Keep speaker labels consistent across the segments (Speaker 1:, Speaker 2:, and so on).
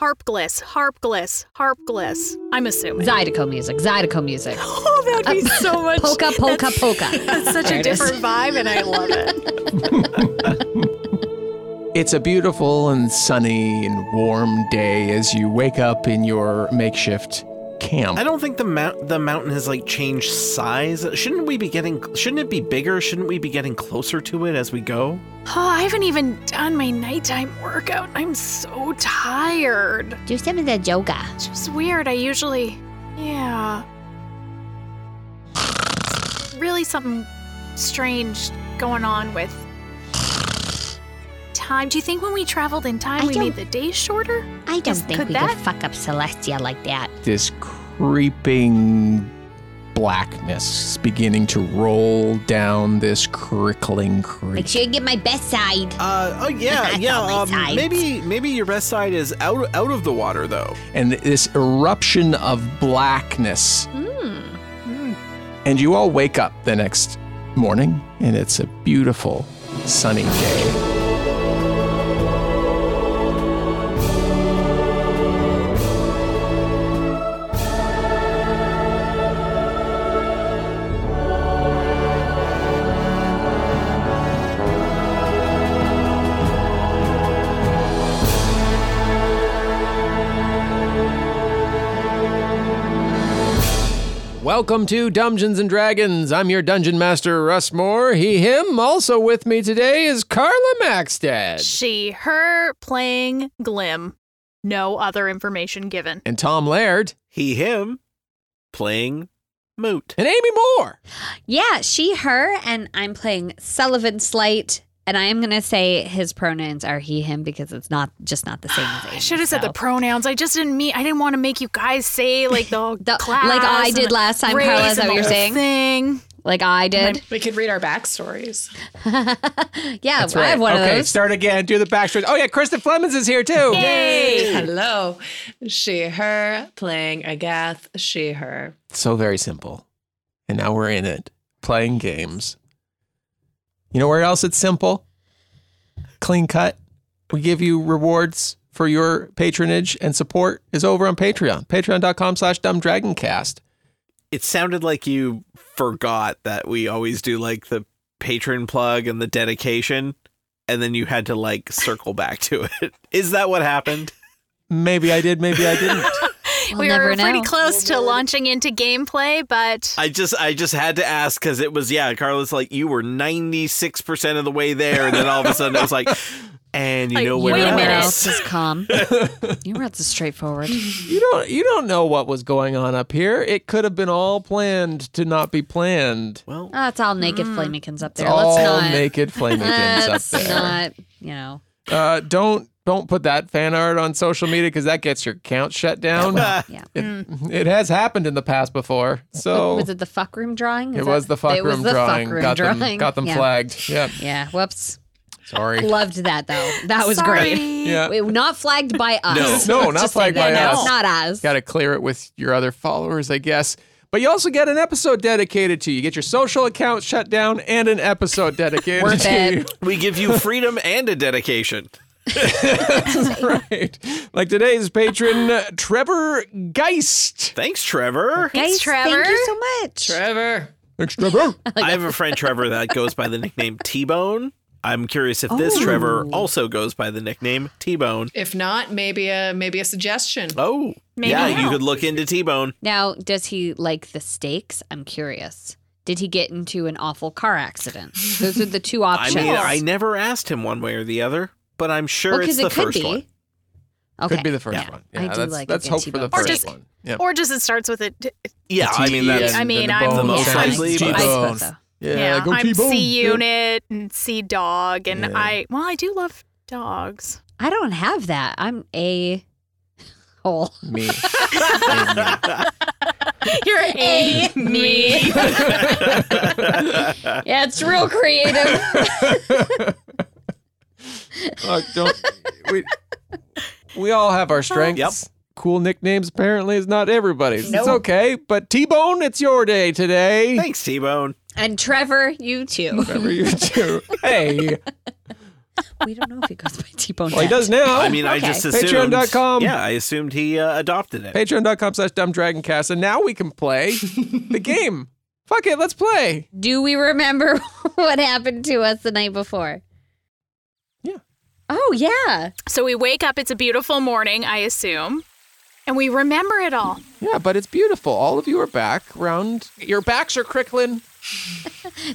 Speaker 1: Harpgless, harpgless, harpgless. I'm assuming.
Speaker 2: Zydeco music, Zydeco music.
Speaker 1: Oh, that'd be so much.
Speaker 2: Polka, polka, polka.
Speaker 1: That's such
Speaker 2: There
Speaker 1: a
Speaker 2: it is.
Speaker 1: different vibe, and I love it.
Speaker 3: It's a beautiful and sunny and warm day as you wake up in your makeshift camp.
Speaker 1: Um,
Speaker 4: I don't think the mount the mountain has like changed size. Shouldn't we be getting? Shouldn't it be bigger? Shouldn't we be getting closer to it as we go?
Speaker 1: Oh, I haven't even done my nighttime workout. I'm so tired.
Speaker 5: Do some of the yoga.
Speaker 1: It's just weird. I usually, yeah. Really, something strange going on with time. Do you think when we traveled in time,
Speaker 5: I
Speaker 1: we
Speaker 5: don't-
Speaker 1: made the days shorter?
Speaker 5: I don't
Speaker 1: Yes,
Speaker 5: think
Speaker 1: could
Speaker 5: we
Speaker 1: that-
Speaker 5: could fuck up Celestia like that.
Speaker 3: This creeping blackness is beginning to roll down this crickling creek.
Speaker 5: Make sure you get my best side.
Speaker 4: Uh oh
Speaker 5: I
Speaker 4: yeah yeah.
Speaker 5: thought my
Speaker 4: Um,
Speaker 5: sides.
Speaker 4: maybe maybe your best side is out out of the water though.
Speaker 3: and this eruption of blackness.
Speaker 5: Hmm.
Speaker 3: And you all wake up the next morning, and it's a beautiful, sunny day. Welcome to Dungeons and Dragons. I'm your dungeon master, Russ Moore. He, him. Also with me today is Carla Maxted
Speaker 1: She, her playing Glim. No other information given.
Speaker 3: and Tom Laird
Speaker 4: He him playing moot.
Speaker 3: and Amy Moore.
Speaker 5: Yeah, she, her, and I'm playing Sullivan Slight. And I am gonna say his pronouns are he, him because it's not just not the same as
Speaker 1: I
Speaker 5: Amy,
Speaker 1: should have said
Speaker 5: so.
Speaker 1: the pronouns. I just didn't mean. I didn't want to make you guys say like the,
Speaker 5: The-
Speaker 1: class,
Speaker 5: like I
Speaker 1: and
Speaker 5: did
Speaker 1: the
Speaker 5: last time, Carla,
Speaker 1: race
Speaker 5: is that what
Speaker 1: and the
Speaker 5: you're
Speaker 1: whole
Speaker 5: saying?
Speaker 1: Thing.
Speaker 5: like I did.
Speaker 6: We could read our backstories.
Speaker 5: yeah, Oh, I have one
Speaker 3: okay,
Speaker 5: of those.
Speaker 3: start again. Do the backstory. Oh yeah, Kristen Flemings is here too.
Speaker 6: Hello. She, her, playing Agath, she, her.
Speaker 3: So very simple. And now we're in it, playing games. You know where else it's simple? Clean cut. We give you rewards for your patronage and support is over on Patreon. Patreon.com slash dumbdragoncast.
Speaker 4: It sounded like you forgot that we always do like the patron plug and the dedication, and then you had to like circle back to it. Is that what happened?
Speaker 3: Maybe I did, maybe I didn't.
Speaker 5: We'll
Speaker 1: we
Speaker 5: never
Speaker 1: were pretty
Speaker 5: know.
Speaker 1: close to launching into gameplay, but
Speaker 4: I just I just had to ask because it was yeah, Carlos like you were ninety six percent of the way there, and then all of a sudden it was like, and you
Speaker 1: Like,
Speaker 4: know
Speaker 1: wait
Speaker 4: where
Speaker 1: a
Speaker 5: Everyone
Speaker 1: minute.
Speaker 5: else is calm. Your world's is straightforward.
Speaker 3: you don't you don't know what was going on up here. It could have been all planned to not be planned.
Speaker 4: Well,
Speaker 5: Oh, it's all
Speaker 1: Mm.
Speaker 5: naked flamikins up
Speaker 3: It's
Speaker 5: there.
Speaker 3: all
Speaker 5: Let's not.
Speaker 3: naked flamingos up
Speaker 5: let's
Speaker 3: there.
Speaker 5: not. You know.
Speaker 3: Uh, don't don't put that fan art on social media because that gets your account shut down.
Speaker 5: Yeah.
Speaker 3: It, it has happened in the past before, so
Speaker 5: was it the fuck room drawing? Is
Speaker 3: it was
Speaker 5: that-
Speaker 3: the fuck
Speaker 5: it was
Speaker 3: room
Speaker 5: the fuck
Speaker 3: drawing.
Speaker 5: room
Speaker 3: got them,
Speaker 5: drawing.
Speaker 3: got them
Speaker 5: yeah.
Speaker 3: flagged. Yep,
Speaker 5: Yeah. Whoops.
Speaker 3: sorry.
Speaker 5: Loved that though. That was great.
Speaker 3: Yeah,
Speaker 5: It- not flagged by us.
Speaker 3: No,
Speaker 5: Let's
Speaker 3: not
Speaker 5: just say
Speaker 3: flagged by
Speaker 5: that.
Speaker 3: us.
Speaker 5: Not us.
Speaker 3: got to clear it with your other followers, I guess. But you also get an episode dedicated to you. You get your social account shut down and an episode dedicated
Speaker 5: Worth
Speaker 3: to
Speaker 5: it.
Speaker 3: you.
Speaker 4: we give you freedom and a dedication.
Speaker 3: right. Like today's patron, uh, Trevor Geist.
Speaker 4: Thanks, Trevor.
Speaker 5: Guys,
Speaker 1: Trevor.
Speaker 5: Thank you so much.
Speaker 6: Trevor.
Speaker 3: Thanks, Trevor.
Speaker 4: I have a friend Trevor that goes by the nickname T Bone. I'm curious if
Speaker 3: Oh.
Speaker 4: this Trevor also goes by the nickname T Bone.
Speaker 6: If not, maybe a maybe a suggestion.
Speaker 4: Oh,
Speaker 1: Maybe
Speaker 4: yeah,
Speaker 1: not.
Speaker 4: you could look into T Bone.
Speaker 5: Now, does he like the stakes? I'm curious. Did he get into an awful car accident? Those are the two
Speaker 4: I
Speaker 5: options.
Speaker 4: mean, I never asked him one way or the other, but I'm sure
Speaker 5: well,
Speaker 4: it's
Speaker 5: because
Speaker 4: the
Speaker 5: it could
Speaker 4: first
Speaker 5: be.
Speaker 4: one.
Speaker 5: Okay.
Speaker 3: Could be the first
Speaker 5: Yeah.
Speaker 3: one.
Speaker 5: I
Speaker 3: Yeah,
Speaker 5: do
Speaker 3: that's,
Speaker 5: like a
Speaker 3: that's
Speaker 5: good
Speaker 3: hope for the
Speaker 5: T-bone.
Speaker 1: Or
Speaker 3: first
Speaker 1: just-
Speaker 3: one. Yeah. E
Speaker 1: or just it starts with it.
Speaker 4: Yeah, I mean that's
Speaker 1: I mean, I'm-
Speaker 4: the most
Speaker 5: Yeah, I-
Speaker 4: likely, but-
Speaker 5: I suppose so.
Speaker 1: Yeah,
Speaker 3: go
Speaker 1: I'm
Speaker 3: T-bone.
Speaker 1: C
Speaker 3: Yeah.
Speaker 1: unit and C dog, and
Speaker 3: Yeah.
Speaker 1: I well, I do love dogs.
Speaker 5: I don't have that. I'm a hole.
Speaker 3: Me.
Speaker 5: You're a me. yeah, it's real creative.
Speaker 3: Look, Uh, don't we? We all have our strengths.
Speaker 4: Yep.
Speaker 3: Cool nicknames apparently is not everybody's. It's
Speaker 5: Nope.
Speaker 3: okay, but T Bone, it's your day today.
Speaker 4: Thanks, T Bone.
Speaker 5: And Trevor, you too.
Speaker 3: Whatever you do. Hey,
Speaker 5: We don't know if he goes by T Bone.
Speaker 3: well, he does now.
Speaker 4: I mean, I just assumed.
Speaker 3: Patreon.com.
Speaker 4: Yeah, I assumed he uh, adopted it.
Speaker 3: Patreon.com slash dumb dragon cast, and now we can play the game. Fuck it, let's play.
Speaker 5: Do we remember what happened to us the night before?
Speaker 3: Yeah.
Speaker 5: Oh yeah.
Speaker 1: So we wake up, it's a beautiful morning, I assume, and we remember it all.
Speaker 3: Yeah, but it's beautiful. All of you are back round. Your backs are crickling.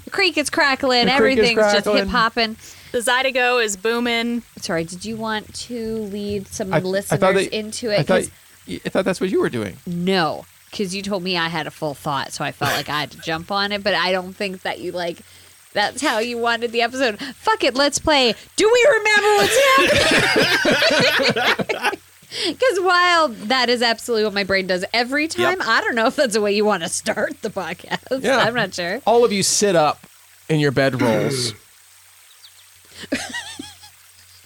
Speaker 5: The creek is crackling.
Speaker 3: The creek is
Speaker 5: Everything's just
Speaker 3: crackling.
Speaker 5: hip hopping.
Speaker 1: The Zydeco is booming.
Speaker 5: Sorry, did you want to lead some
Speaker 3: I- I thought
Speaker 5: listeners
Speaker 3: that-
Speaker 5: into
Speaker 3: I
Speaker 5: it?
Speaker 3: thought,
Speaker 5: 'Cause-
Speaker 3: I thought that's what you were doing.
Speaker 5: no, because you told me I had a full thought, so I felt like I had to jump on it. But I don't think that you like. That's how you wanted the episode. Fuck it, let's play. Do we remember what's happening? Because while that is absolutely what my brain does every time, I don't know if that's the way you want to start the podcast.
Speaker 3: Yeah.
Speaker 5: I'm not sure.
Speaker 3: All of you sit up in your bed rolls.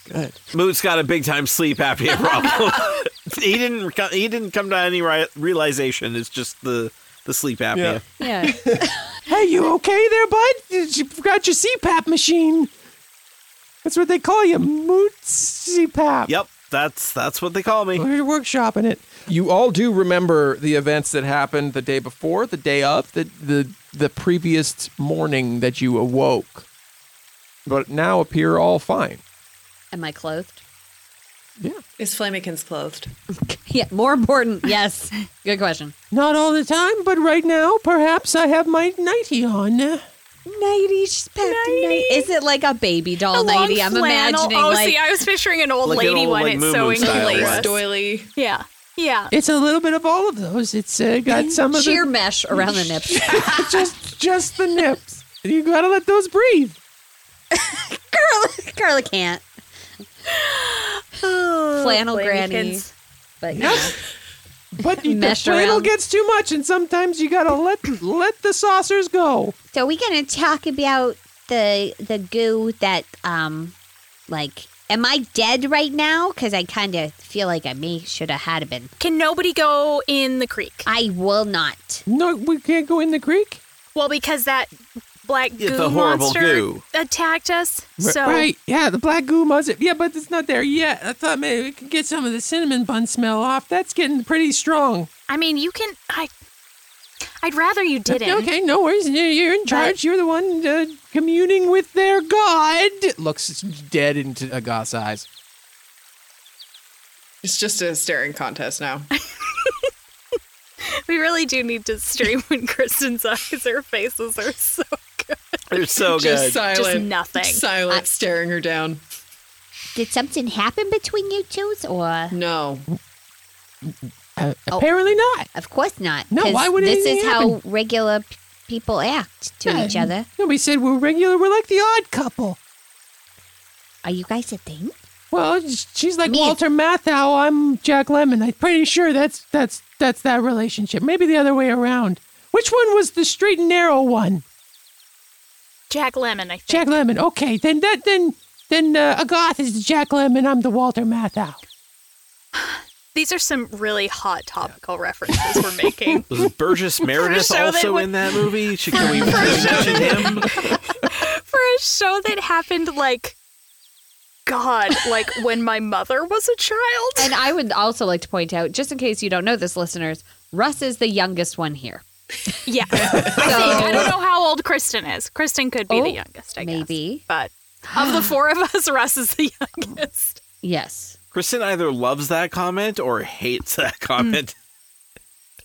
Speaker 3: Good.
Speaker 4: Moot's got a big time sleep apnea problem. he didn't. co- He didn't come to any ri- realization. It's just the the sleep apnea.
Speaker 3: Yeah.
Speaker 5: Yeah.
Speaker 3: Hey, you okay there, bud? Did You forgot your CPAP machine. That's what they call you, Moot CPAP.
Speaker 4: Yep, that's that's what they call me.
Speaker 3: We're workshopping it. You all do remember the events that happened the day before, the day of, the the the previous morning that you awoke, but now appear all fine.
Speaker 5: Am I clothed?
Speaker 6: Is Flamikins clothed?
Speaker 5: Yeah. More important. Yes. Good question.
Speaker 3: Not all the time, but right now, perhaps I have my nighty on.
Speaker 5: Nighty, she's packed a night. Is it like a baby doll
Speaker 1: A long
Speaker 5: nighty? I'm
Speaker 1: flannel-
Speaker 5: imagining
Speaker 1: Oh,
Speaker 5: like
Speaker 1: see, I was picturing an old
Speaker 4: Like an
Speaker 1: lady
Speaker 4: old,
Speaker 1: one.
Speaker 4: like,
Speaker 1: it's
Speaker 4: Moo
Speaker 1: so
Speaker 4: Moo style
Speaker 1: English.
Speaker 4: one.
Speaker 6: Doily.
Speaker 1: Yeah, yeah.
Speaker 3: It's a little bit of all of those. It's uh, got some of
Speaker 5: sheer
Speaker 3: the
Speaker 5: mesh around the nips.
Speaker 3: just just the nips. You gotta let those breathe.
Speaker 5: Carla, Carla can't. Flannel granny.
Speaker 1: Flamikins.
Speaker 5: But yeah.
Speaker 3: But you, the
Speaker 5: Meshed
Speaker 3: flannel
Speaker 5: around.
Speaker 3: gets too much, and sometimes you gotta let let the saucers go.
Speaker 5: So we're gonna talk about the the goo that um like am I dead right now? Cause I kinda feel like I may should have had been.
Speaker 1: Can nobody go in the creek?
Speaker 5: I will not.
Speaker 3: No, we can't go in the creek.
Speaker 1: Well, because that black
Speaker 4: Yeah,
Speaker 1: goo
Speaker 4: the horrible
Speaker 1: monster
Speaker 4: goo.
Speaker 1: attacked us.
Speaker 3: R-
Speaker 1: So
Speaker 3: right, yeah, the black goo mustard. Yeah, but it's not there yet. I thought maybe we could get some of the cinnamon bun smell off. That's getting pretty strong.
Speaker 1: I mean, you can. I. I'd rather you didn't.
Speaker 3: Okay, no worries. You're, you're in charge. You're the one uh, communing with their god. Looks dead into Agatha's eyes.
Speaker 6: It's just a staring contest now.
Speaker 1: We really do need to stream when Kristen's eyes, her faces are so good.
Speaker 4: They're so
Speaker 6: Just
Speaker 4: good.
Speaker 6: silent.
Speaker 1: nothing.
Speaker 6: Silent, staring her down.
Speaker 5: Did something happen between you two or Oh.
Speaker 6: No.
Speaker 3: Uh, Apparently not.
Speaker 5: Of course not.
Speaker 3: No,
Speaker 5: 'cause
Speaker 3: why would
Speaker 5: this
Speaker 3: anything
Speaker 5: is how regular p- people act to each other?
Speaker 3: Nobody said we're regular. We're like the odd couple.
Speaker 5: Are you guys a thing?
Speaker 3: Well, she's like
Speaker 5: Me.
Speaker 3: Walter Matthau. I'm Jack Lemon. I'm pretty sure that's that's that's that relationship. Maybe the other way around. Which one was the straight and narrow one?
Speaker 1: Jack Lemon, I think.
Speaker 3: Jack Lemon. Okay, then that then then uh, Agoth is the Jack Lemon. I'm the Walter Matthau.
Speaker 1: These are some really hot topical references we're making.
Speaker 4: Was Burgess Meredith
Speaker 1: show that
Speaker 4: also
Speaker 1: would-
Speaker 4: in that movie? Should, can we mention him?
Speaker 1: For a show that happened like God, like when my mother was a child.
Speaker 5: And I would also like to point out, just in case you don't know this, listeners, Russ is the youngest one here.
Speaker 1: yeah. I, think, I don't know how old Kristen is. Kristen could be
Speaker 5: Oh,
Speaker 1: the youngest, I guess.
Speaker 5: maybe.
Speaker 1: But of the four of us, Russ is the youngest.
Speaker 5: Yes.
Speaker 4: Kristen either loves that comment or hates that comment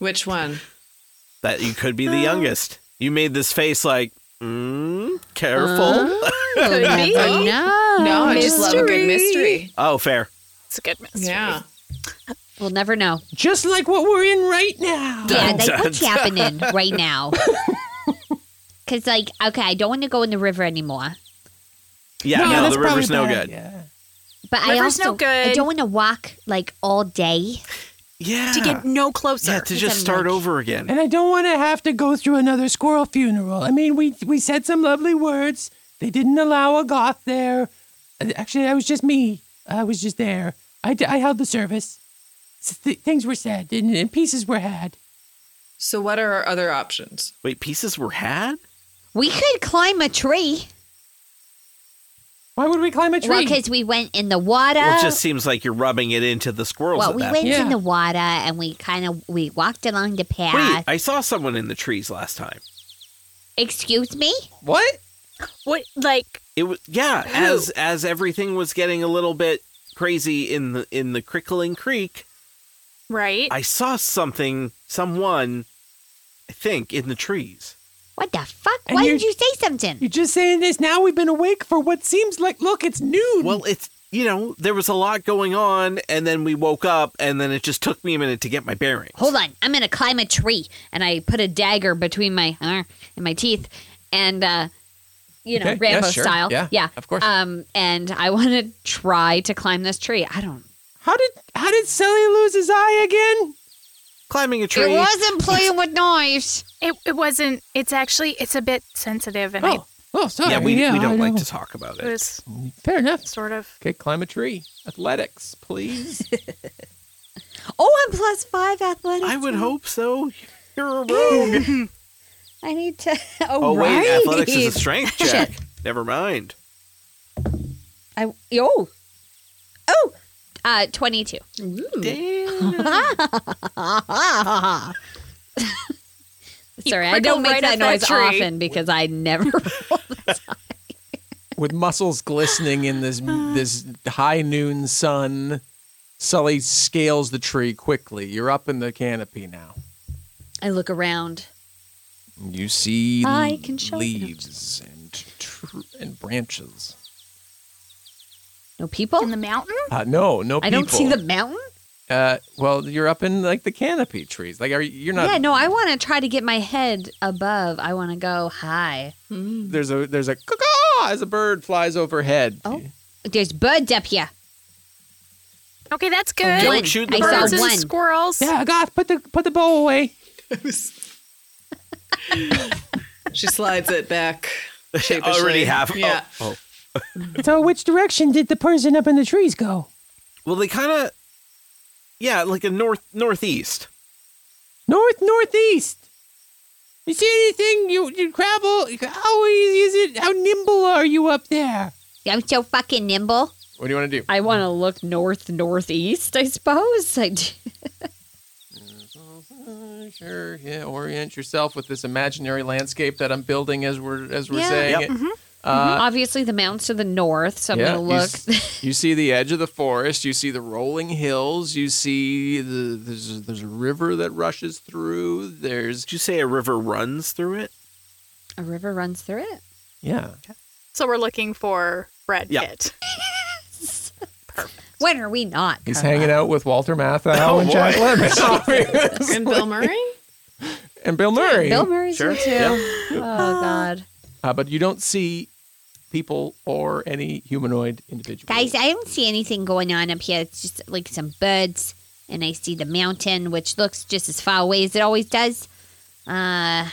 Speaker 6: Which one?
Speaker 4: that you could be the youngest. You made this face like, mm, careful.
Speaker 5: You'll never Oh, know.
Speaker 6: no, I just love a good mystery.
Speaker 4: oh, fair.
Speaker 1: It's a good mystery.
Speaker 6: Yeah.
Speaker 5: We'll never know.
Speaker 3: Just like what we're in right now.
Speaker 5: Yeah,
Speaker 4: Dun,
Speaker 5: like
Speaker 4: dun,
Speaker 5: what's happening right now? Because, like, okay, I don't want to go in the river anymore,
Speaker 4: Yeah, no,
Speaker 3: that's
Speaker 4: the river's
Speaker 3: probably
Speaker 4: no
Speaker 3: bad.
Speaker 4: good.
Speaker 3: Yeah.
Speaker 5: but I
Speaker 1: River's
Speaker 5: also
Speaker 1: no good.
Speaker 5: I don't want to walk like all day.
Speaker 4: Yeah.
Speaker 1: to get no
Speaker 6: Oh,
Speaker 1: closer.
Speaker 4: yeah, to just start over again.
Speaker 3: And I don't want to have to go through another squirrel funeral. I mean, we we said some lovely words. They didn't allow a goth there. Uh, Actually, that was just me. I was just there. I, d- I held the service. S- th- things were said and, and pieces were had.
Speaker 6: So, what are our other options?
Speaker 4: Wait, pieces were had?
Speaker 5: We could climb a tree.
Speaker 3: Why would we climb a
Speaker 5: Well,
Speaker 3: tree?
Speaker 5: because we went in the water.
Speaker 4: Well, it just seems like you're rubbing it into the squirrels
Speaker 5: Well,
Speaker 4: at
Speaker 5: we
Speaker 4: that
Speaker 5: went
Speaker 3: Yeah.
Speaker 5: in the water and we kind of we walked along the path.
Speaker 4: Wait, I saw someone in the trees last time.
Speaker 5: Excuse me.
Speaker 3: what?
Speaker 1: What like
Speaker 4: It was yeah, as as everything was getting a little bit crazy in the in the Crickling Creek,
Speaker 1: right?
Speaker 4: I saw something, someone, I think, in the trees.
Speaker 5: What the fuck?
Speaker 3: And
Speaker 5: Uh, Why
Speaker 3: you're-
Speaker 5: did you say something?
Speaker 3: You're just saying this now? We've been awake for what seems like look, it's noon.
Speaker 4: Well, it's you know there was a lot going on, and then we woke up, and then it just took me a minute to get my bearings.
Speaker 5: Hold on, I'm gonna climb a tree, and I put a dagger between my uh, and my teeth, and uh, you know
Speaker 3: Okay, yeah,
Speaker 5: Rambo
Speaker 3: sure,
Speaker 5: style,
Speaker 3: yeah, of course.
Speaker 5: Um, and I want to try to climb this tree. I don't.
Speaker 3: how did how did Sally lose his eye again?
Speaker 4: Climbing a tree.
Speaker 5: It wasn't playing with knives.
Speaker 1: It it wasn't. It's actually it's a bit sensitive, and
Speaker 3: Oh, oh, sorry.
Speaker 4: yeah, we, we
Speaker 3: I
Speaker 4: don't like to talk about
Speaker 1: I
Speaker 4: it.
Speaker 1: was
Speaker 3: Fair enough.
Speaker 1: sort of
Speaker 3: Okay, climb a tree. Athletics, please.
Speaker 5: Oh, I'm plus five athletics.
Speaker 4: I would hope so. You're a rogue.
Speaker 5: I need to.
Speaker 4: oh
Speaker 5: Oh, right.
Speaker 4: wait, athletics is a strength check. Never mind.
Speaker 5: I yo. Oh, uh, twenty-two. Sorry, I
Speaker 1: prickle
Speaker 5: don't make
Speaker 1: right
Speaker 5: that
Speaker 1: up that
Speaker 5: noise
Speaker 1: tree.
Speaker 5: often because I never.
Speaker 3: with muscles glistening in this
Speaker 5: Uh.
Speaker 3: this high noon sun. Sully scales the tree quickly. You're up in the canopy now.
Speaker 5: I look around.
Speaker 3: You see
Speaker 5: I can show-
Speaker 3: leaves and tr- and branches.
Speaker 5: No people.
Speaker 1: in the mountain.
Speaker 3: Uh, no, no people.
Speaker 5: I don't see the mountain.
Speaker 3: Uh, well, you're up in like the canopy trees. Like, are you- you're not?
Speaker 5: yeah, no, I want to try to get my head above. I want to go high. Hmm.
Speaker 3: There's a there's a caw as a bird flies overhead.
Speaker 5: Oh. There's birds up here.
Speaker 1: Okay, that's good.
Speaker 4: Don't
Speaker 5: One.
Speaker 4: shoot the
Speaker 5: I
Speaker 4: birds.
Speaker 1: Birds
Speaker 5: saw
Speaker 1: and
Speaker 5: one.
Speaker 1: squirrels.
Speaker 3: Yeah, Goth, put the put the bowl away.
Speaker 6: She slides it back.
Speaker 4: Already
Speaker 6: sheepishly.
Speaker 4: have.
Speaker 6: Yeah.
Speaker 4: Oh, oh.
Speaker 3: So, which direction did the person up in the trees go?
Speaker 4: Well, they kind of. Yeah, like a north northeast.
Speaker 3: North northeast. You see anything? You you travel. How easy is it? How nimble are you up there?
Speaker 5: I'm so fucking nimble.
Speaker 3: What do you want to do?
Speaker 5: I want to look north, northeast, I suppose. I do.
Speaker 3: Sure. Yeah. Orient yourself with this imaginary landscape that I'm building as we're as we're
Speaker 5: Yeah. Mm-hmm.
Speaker 3: saying
Speaker 4: Yep.
Speaker 3: it.
Speaker 5: Obviously, the mountains to the north, so I'm
Speaker 3: yeah.
Speaker 5: going
Speaker 3: you
Speaker 5: to look.
Speaker 3: s- You, see the edge of the forest. You see the rolling hills. You see the there's there's a river that rushes through. There's
Speaker 4: Did you say a river runs through it?
Speaker 5: A river runs through it.
Speaker 3: yeah.
Speaker 1: So we're looking for Brad
Speaker 4: Yeah.
Speaker 1: Pitt.
Speaker 5: When are we not?
Speaker 3: He's
Speaker 5: Carla?
Speaker 3: hanging out with Walter Matthau and Jack Lemmon. Oh, Sorry.
Speaker 6: And Bill Murray?
Speaker 3: and Bill Murray.
Speaker 5: Bill Murray's
Speaker 4: Sure.
Speaker 5: here too. Oh God,
Speaker 3: Uh, but you don't see people or any humanoid individual.
Speaker 5: guys, I don't see anything going on up here. It's just like some birds, and I see the mountain, which looks just as far away as it always does. Uh,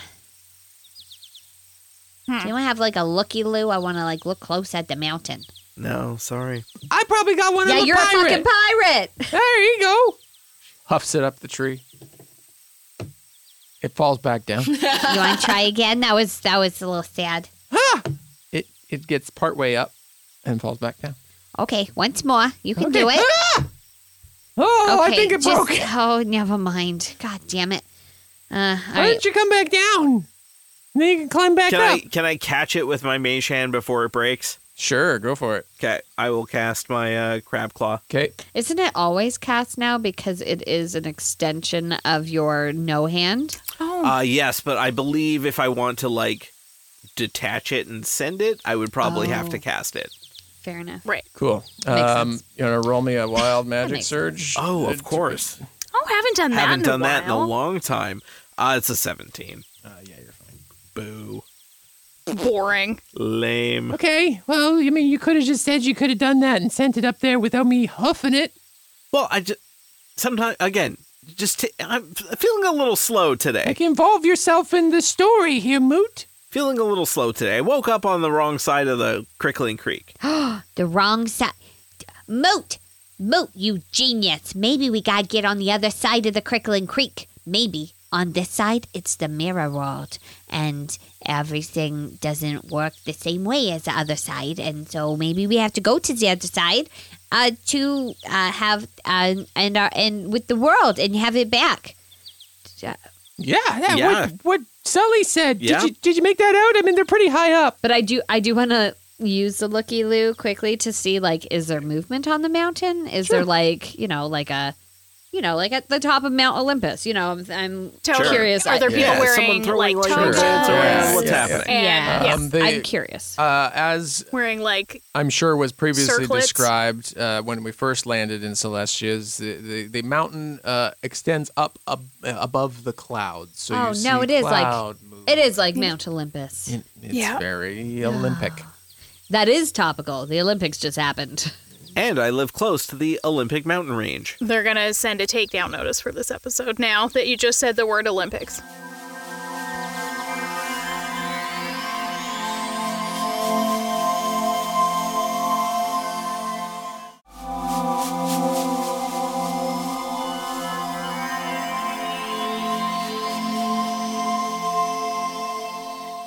Speaker 5: Do anyone have like a looky loo? I want to like look close at the mountain.
Speaker 4: No, sorry.
Speaker 3: I probably got one
Speaker 5: yeah,
Speaker 3: of the
Speaker 5: you're
Speaker 3: pirate.
Speaker 5: a fucking pirate.
Speaker 3: There you go. Huffs it up the tree. It falls back down.
Speaker 5: you want to try again? That was that was a little sad.
Speaker 3: it it gets partway up and falls back down.
Speaker 5: Okay, once more. You can do it.
Speaker 3: Ah! Oh, I
Speaker 5: Okay,
Speaker 3: think it
Speaker 5: just-
Speaker 3: broke.
Speaker 5: Oh, never mind. God damn it. Uh, all
Speaker 3: Why
Speaker 5: right.
Speaker 3: don't you come back down? And then you can climb back
Speaker 4: Can
Speaker 3: up.
Speaker 4: I can I catch it with my mage hand before it breaks?
Speaker 3: Sure, go for it.
Speaker 4: Okay, I will cast my uh, crab claw.
Speaker 3: Okay.
Speaker 5: Isn't it always cast now because it is an extension of your no hand?
Speaker 4: Uh, yes, but I believe if I want to like detach it and send it, I would probably have to
Speaker 5: Oh.
Speaker 4: cast it.
Speaker 5: Fair enough.
Speaker 3: Cool.
Speaker 5: Makes
Speaker 3: Um,
Speaker 5: sense.
Speaker 3: you want to roll me a wild magic
Speaker 5: makes
Speaker 3: surge?
Speaker 4: Oh, of course.
Speaker 1: Oh, haven't done that.
Speaker 4: Haven't
Speaker 1: in a
Speaker 4: done that in a
Speaker 1: while.
Speaker 4: long time. Uh, it's a seventeen.
Speaker 3: Uh, yeah, you're fine.
Speaker 4: Boo.
Speaker 1: Boring.
Speaker 4: Lame.
Speaker 3: Okay. Well, I mean, you could have just said you could have done that and sent it up there without me huffing it.
Speaker 4: Well, I just sometimes again just t- I'm f- feeling a little slow today.
Speaker 3: Like, involve yourself in the story here, Moot.
Speaker 4: Feeling a little slow today. I woke up on the wrong side of the Crickling Creek.
Speaker 5: The wrong side. Moat! Moat, you genius. Maybe we gotta get on the other side of the Crickling Creek. Maybe. On this side, it's the mirror world, and everything doesn't work the same way as the other side. And so maybe we have to go to the other side uh, to uh, have uh, and our and with the world and have it back.
Speaker 3: Yeah, that,
Speaker 4: Yeah.
Speaker 3: What, what Sully said.
Speaker 4: Yeah.
Speaker 3: Did you did you make that out? I mean, they're pretty high up.
Speaker 5: But I do I do want to use the looky loo quickly to see like is there movement on the mountain? Is there like you know like a you know like at the top of Mount Olympus? You know I'm I'm
Speaker 4: Sure.
Speaker 5: curious.
Speaker 1: Are there
Speaker 5: I-
Speaker 1: people
Speaker 4: Yeah, someone
Speaker 1: wearing
Speaker 4: throwing,
Speaker 1: like
Speaker 4: like,
Speaker 5: Oh,
Speaker 1: togas?
Speaker 3: shirts around.
Speaker 4: What's
Speaker 3: Yeah,
Speaker 4: happening?
Speaker 1: And,
Speaker 5: Yeah.
Speaker 1: yes,
Speaker 3: Um,
Speaker 5: I'm
Speaker 3: they,
Speaker 5: curious.
Speaker 3: uh, as
Speaker 1: wearing like
Speaker 3: I'm sure was previously
Speaker 1: Circlets.
Speaker 3: described uh, when we first landed in Celestia. Is the, the, the mountain uh, extends up ab- above the clouds. So
Speaker 5: Oh,
Speaker 3: you
Speaker 5: no,
Speaker 3: see
Speaker 5: it is like-
Speaker 3: cloud movement.
Speaker 5: It is like Mount Olympus.
Speaker 3: It- it's
Speaker 1: Yeah.
Speaker 3: very Olympic.
Speaker 5: That is topical. The Olympics just happened.
Speaker 4: And I live close to the Olympic mountain range.
Speaker 1: they're gonna send a takedown notice for this episode now that you just said the word Olympics.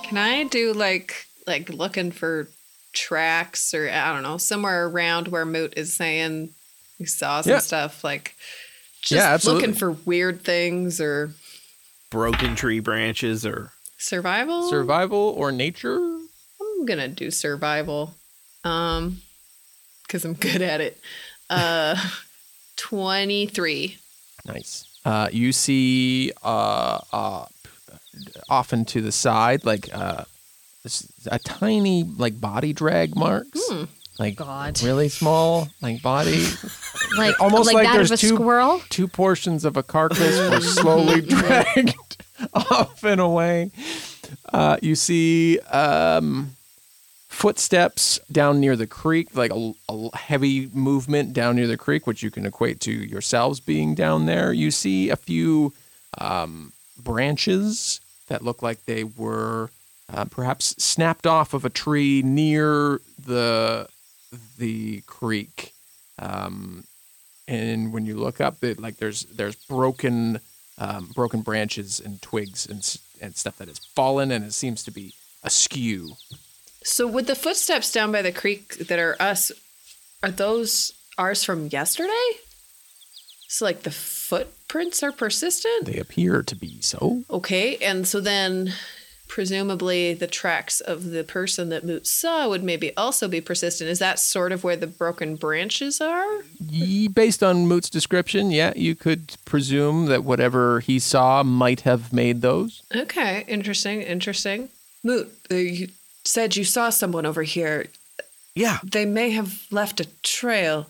Speaker 6: Can I do like like looking for tracks or I don't know somewhere around where Moot is saying we saw some
Speaker 3: Yeah.
Speaker 6: stuff like just
Speaker 3: Yeah, absolutely.
Speaker 6: looking for weird things or
Speaker 4: Broken tree branches or
Speaker 6: survival.
Speaker 3: Survival or nature?
Speaker 6: I'm gonna do survival, um, because I'm good at it. Uh, twenty three.
Speaker 3: Nice. Uh, you see uh, uh, off and to the side, like uh, s- a tiny like body drag marks,
Speaker 6: Hmm.
Speaker 3: like
Speaker 5: God.
Speaker 3: really small, like body,
Speaker 5: Like
Speaker 3: almost like,
Speaker 5: that
Speaker 3: there's
Speaker 5: of a
Speaker 3: two
Speaker 5: squirrel.
Speaker 3: two portions of a carcass were slowly dragged off and away. Uh, you see um, footsteps down near the creek, like a, a heavy movement down near the creek, which you can equate to yourselves being down there. You see a few um, branches that look like they were uh, perhaps snapped off of a tree near the the creek. Um, and when you look up it like there's there's broken um, broken branches and twigs and s- and stuff that has fallen and it seems to be askew
Speaker 6: So would the footsteps down by the creek that are us are those ours from yesterday? So like the footprints are persistent?
Speaker 3: they appear to be so
Speaker 6: Okay, and so then presumably the tracks of the person that Moot saw would maybe also be persistent. Is that sort of where the broken branches are?
Speaker 3: Ye- based on moot's description yeah you could presume that whatever he saw might have made those
Speaker 6: Okay, interesting, interesting. Moot, uh, you said you saw someone over here.
Speaker 4: yeah.
Speaker 6: They may have left a trail.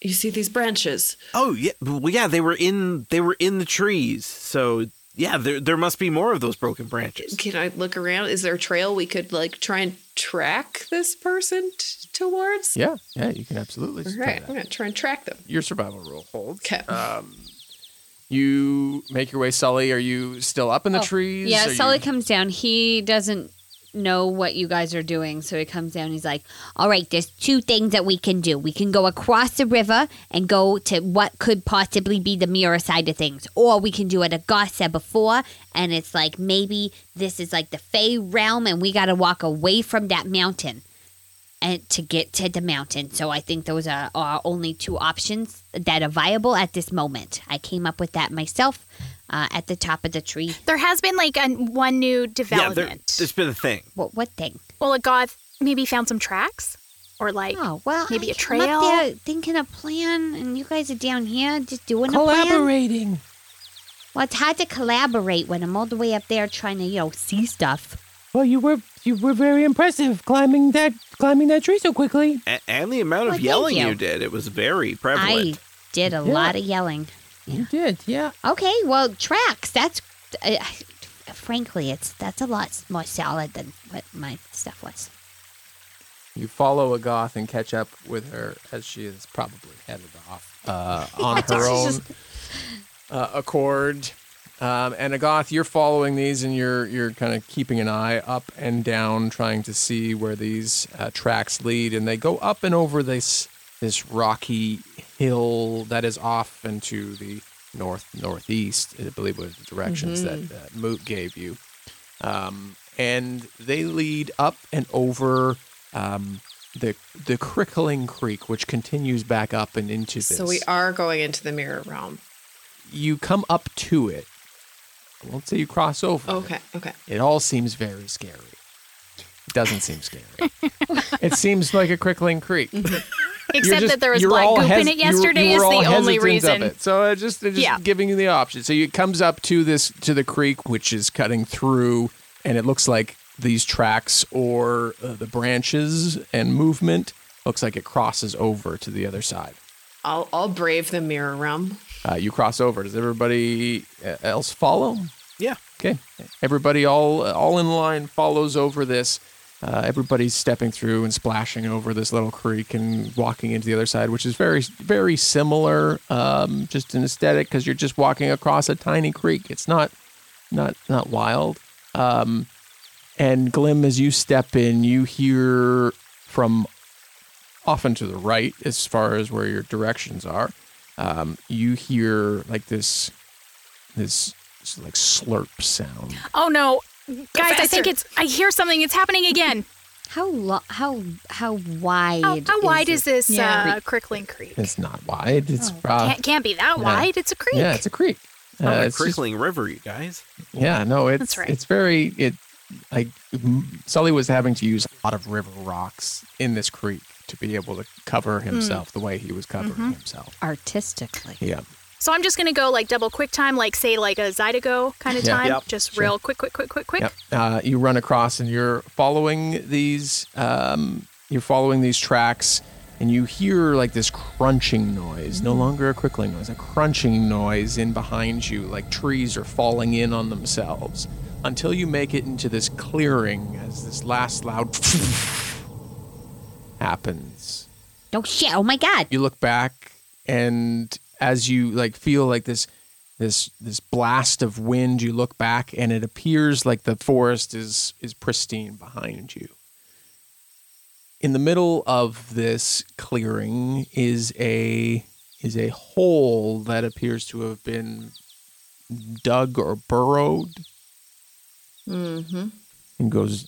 Speaker 6: You see these branches.
Speaker 4: Oh yeah, well yeah, they were in they were in the trees. So yeah, there there must be more of those broken branches.
Speaker 6: can I look around? Is there a trail we could like try and track this person t- towards?
Speaker 3: yeah yeah you can absolutely
Speaker 6: All
Speaker 3: try
Speaker 6: right,
Speaker 3: that.
Speaker 6: we're gonna try and track them.
Speaker 3: your survival rule holds Um,
Speaker 6: Okay.
Speaker 3: you make your way sully are you still up in the trees
Speaker 5: Oh, Yeah,
Speaker 3: Are
Speaker 5: Sully
Speaker 3: you-
Speaker 5: comes down. He doesn't know what you guys are doing, so he comes down. He's like, "All right, there's two things that we can do. We can go across the river and go to what could possibly be the mirror side of things, or we can do what Agar said before, and it's like maybe this is like the Fey realm, and we got to walk away from that mountain." And to get to the mountain. So I think those are our only two options that are viable at this moment. I came up with that myself uh, at the top of the tree.
Speaker 1: There has been like a one new
Speaker 4: Yeah, there,
Speaker 1: development.
Speaker 4: there's been a thing.
Speaker 5: What what thing?
Speaker 1: well, a goth maybe found some tracks, or like
Speaker 5: Oh well,
Speaker 1: maybe
Speaker 5: I
Speaker 1: a
Speaker 5: came
Speaker 1: trail.
Speaker 5: Up there thinking a plan, and you guys are down here just doing a plan.
Speaker 3: collaborating
Speaker 5: Well, it's hard to collaborate when I'm all the way up there trying to you know see stuff.
Speaker 3: well you were you were very impressive climbing that climbing that tree so quickly
Speaker 4: A- and the amount of
Speaker 5: Well, thank
Speaker 4: yelling you.
Speaker 5: you.
Speaker 4: did, it was very prevalent.
Speaker 5: I did a lot of yelling.
Speaker 3: You did, yeah.
Speaker 5: Okay, well tracks. That's uh, frankly, it's that's a lot more solid than what my stuff was.
Speaker 3: You follow a goth and catch up with her as she is probably headed off uh, on her own. uh, Accord, um, and Agoth. You're following these, and you're you're kind of keeping an eye up and down, trying to see where these uh, tracks lead. And they go up and over this this rocky hill that is off and to the north northeast. I believe was the directions that uh, Moot gave you. Um, and they lead up and over um, the the Crickling Creek, which continues back up and into this
Speaker 6: So we are going into the mirror realm.
Speaker 3: you come up to it. I won't say you cross over. it.
Speaker 6: Okay, okay.
Speaker 3: It all seems very scary. It doesn't seem scary. it seems like a crickling creek. You're
Speaker 1: Except
Speaker 3: just-
Speaker 1: that there was
Speaker 3: you're
Speaker 1: black
Speaker 3: all
Speaker 1: goop in
Speaker 3: hes- you
Speaker 1: it
Speaker 3: were-
Speaker 1: yesterday
Speaker 3: you were all
Speaker 1: is the only
Speaker 3: hesitant
Speaker 1: reason.
Speaker 3: of it. So I just, I just
Speaker 1: Yeah.
Speaker 3: giving you the option. So it comes up to this to the creek, which is cutting through, and it looks like these tracks or uh, the branches and movement looks like it crosses over to the other side.
Speaker 6: I'll I'll brave the mirror realm.
Speaker 3: Uh, you cross over. Does everybody uh, else follow?
Speaker 4: Yeah.
Speaker 3: Okay. Everybody all uh, all in line follows over this. Uh, everybody's stepping through and splashing over this little creek and walking into the other side, which is very very similar, um, just an aesthetic because you're just walking across a tiny creek. It's not not not wild. Um, and Glim, as you step in, you hear from often to the right, as far as where your directions are. Um, you hear like this this s- like slurp sound.
Speaker 1: Oh no. Guys, I think
Speaker 6: faster.
Speaker 1: it's I hear something. It's happening again.
Speaker 5: How lo- how how wide?
Speaker 1: How, how wide is
Speaker 5: it?
Speaker 1: this
Speaker 6: Yeah.
Speaker 1: uh, Crickling Creek?
Speaker 3: It's not wide. It's prob-
Speaker 1: Oh, Can't, can't be that
Speaker 3: Uh, yeah.
Speaker 1: wide. It's a creek.
Speaker 3: yeah, it's a creek.
Speaker 4: Not
Speaker 3: Uh,
Speaker 4: a
Speaker 3: it's just-
Speaker 4: crickling river, you guys.
Speaker 3: yeah, no, it's
Speaker 1: right.
Speaker 3: it's very it. Like m- Sully was having to use a lot of river rocks in this creek to be able to cover
Speaker 1: Hmm.
Speaker 3: himself the way he was covering
Speaker 1: Mm-hmm.
Speaker 3: himself.
Speaker 5: Artistically.
Speaker 3: Yeah.
Speaker 1: So I'm just gonna go like double quick time, like say like a Zydeco kind of
Speaker 3: Yeah.
Speaker 1: time,
Speaker 4: Yep.
Speaker 1: just real quick, quick, quick, quick, quick.
Speaker 3: Yep. Uh, you run across and you're following these. Um, you're following these tracks, and you hear like this crunching noise. No longer a crickling noise, a crunching noise in behind you, like trees are falling in on themselves. Until you make it into this clearing, as this last loud happens
Speaker 5: Oh shit! Oh my god!
Speaker 3: you look back and as you like feel like this this this blast of wind you look back and it appears like the forest is is pristine behind you in the middle of this clearing is a is a hole that appears to have been dug or burrowed
Speaker 6: Mm-hmm.
Speaker 3: and goes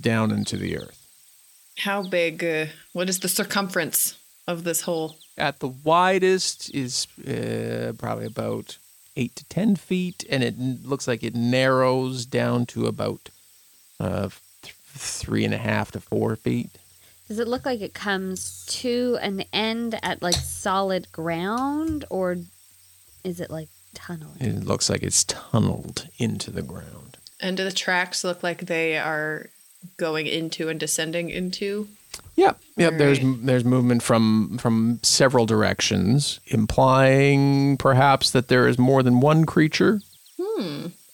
Speaker 3: down into the earth
Speaker 6: How big? Uh, what is the circumference of this hole?
Speaker 3: at the widest is uh, probably about eight to ten feet, and it n- looks like it narrows down to about uh, th- three and a half to four feet.
Speaker 5: Does it look like it comes to an end at like solid ground, or is it like tunneling?
Speaker 3: It looks like it's tunneled into the ground.
Speaker 6: And do the tracks look like they are going into and descending into?
Speaker 3: Yep, yep. There's
Speaker 6: Alright.
Speaker 3: there's movement from from several directions, implying perhaps that there is more than one creature.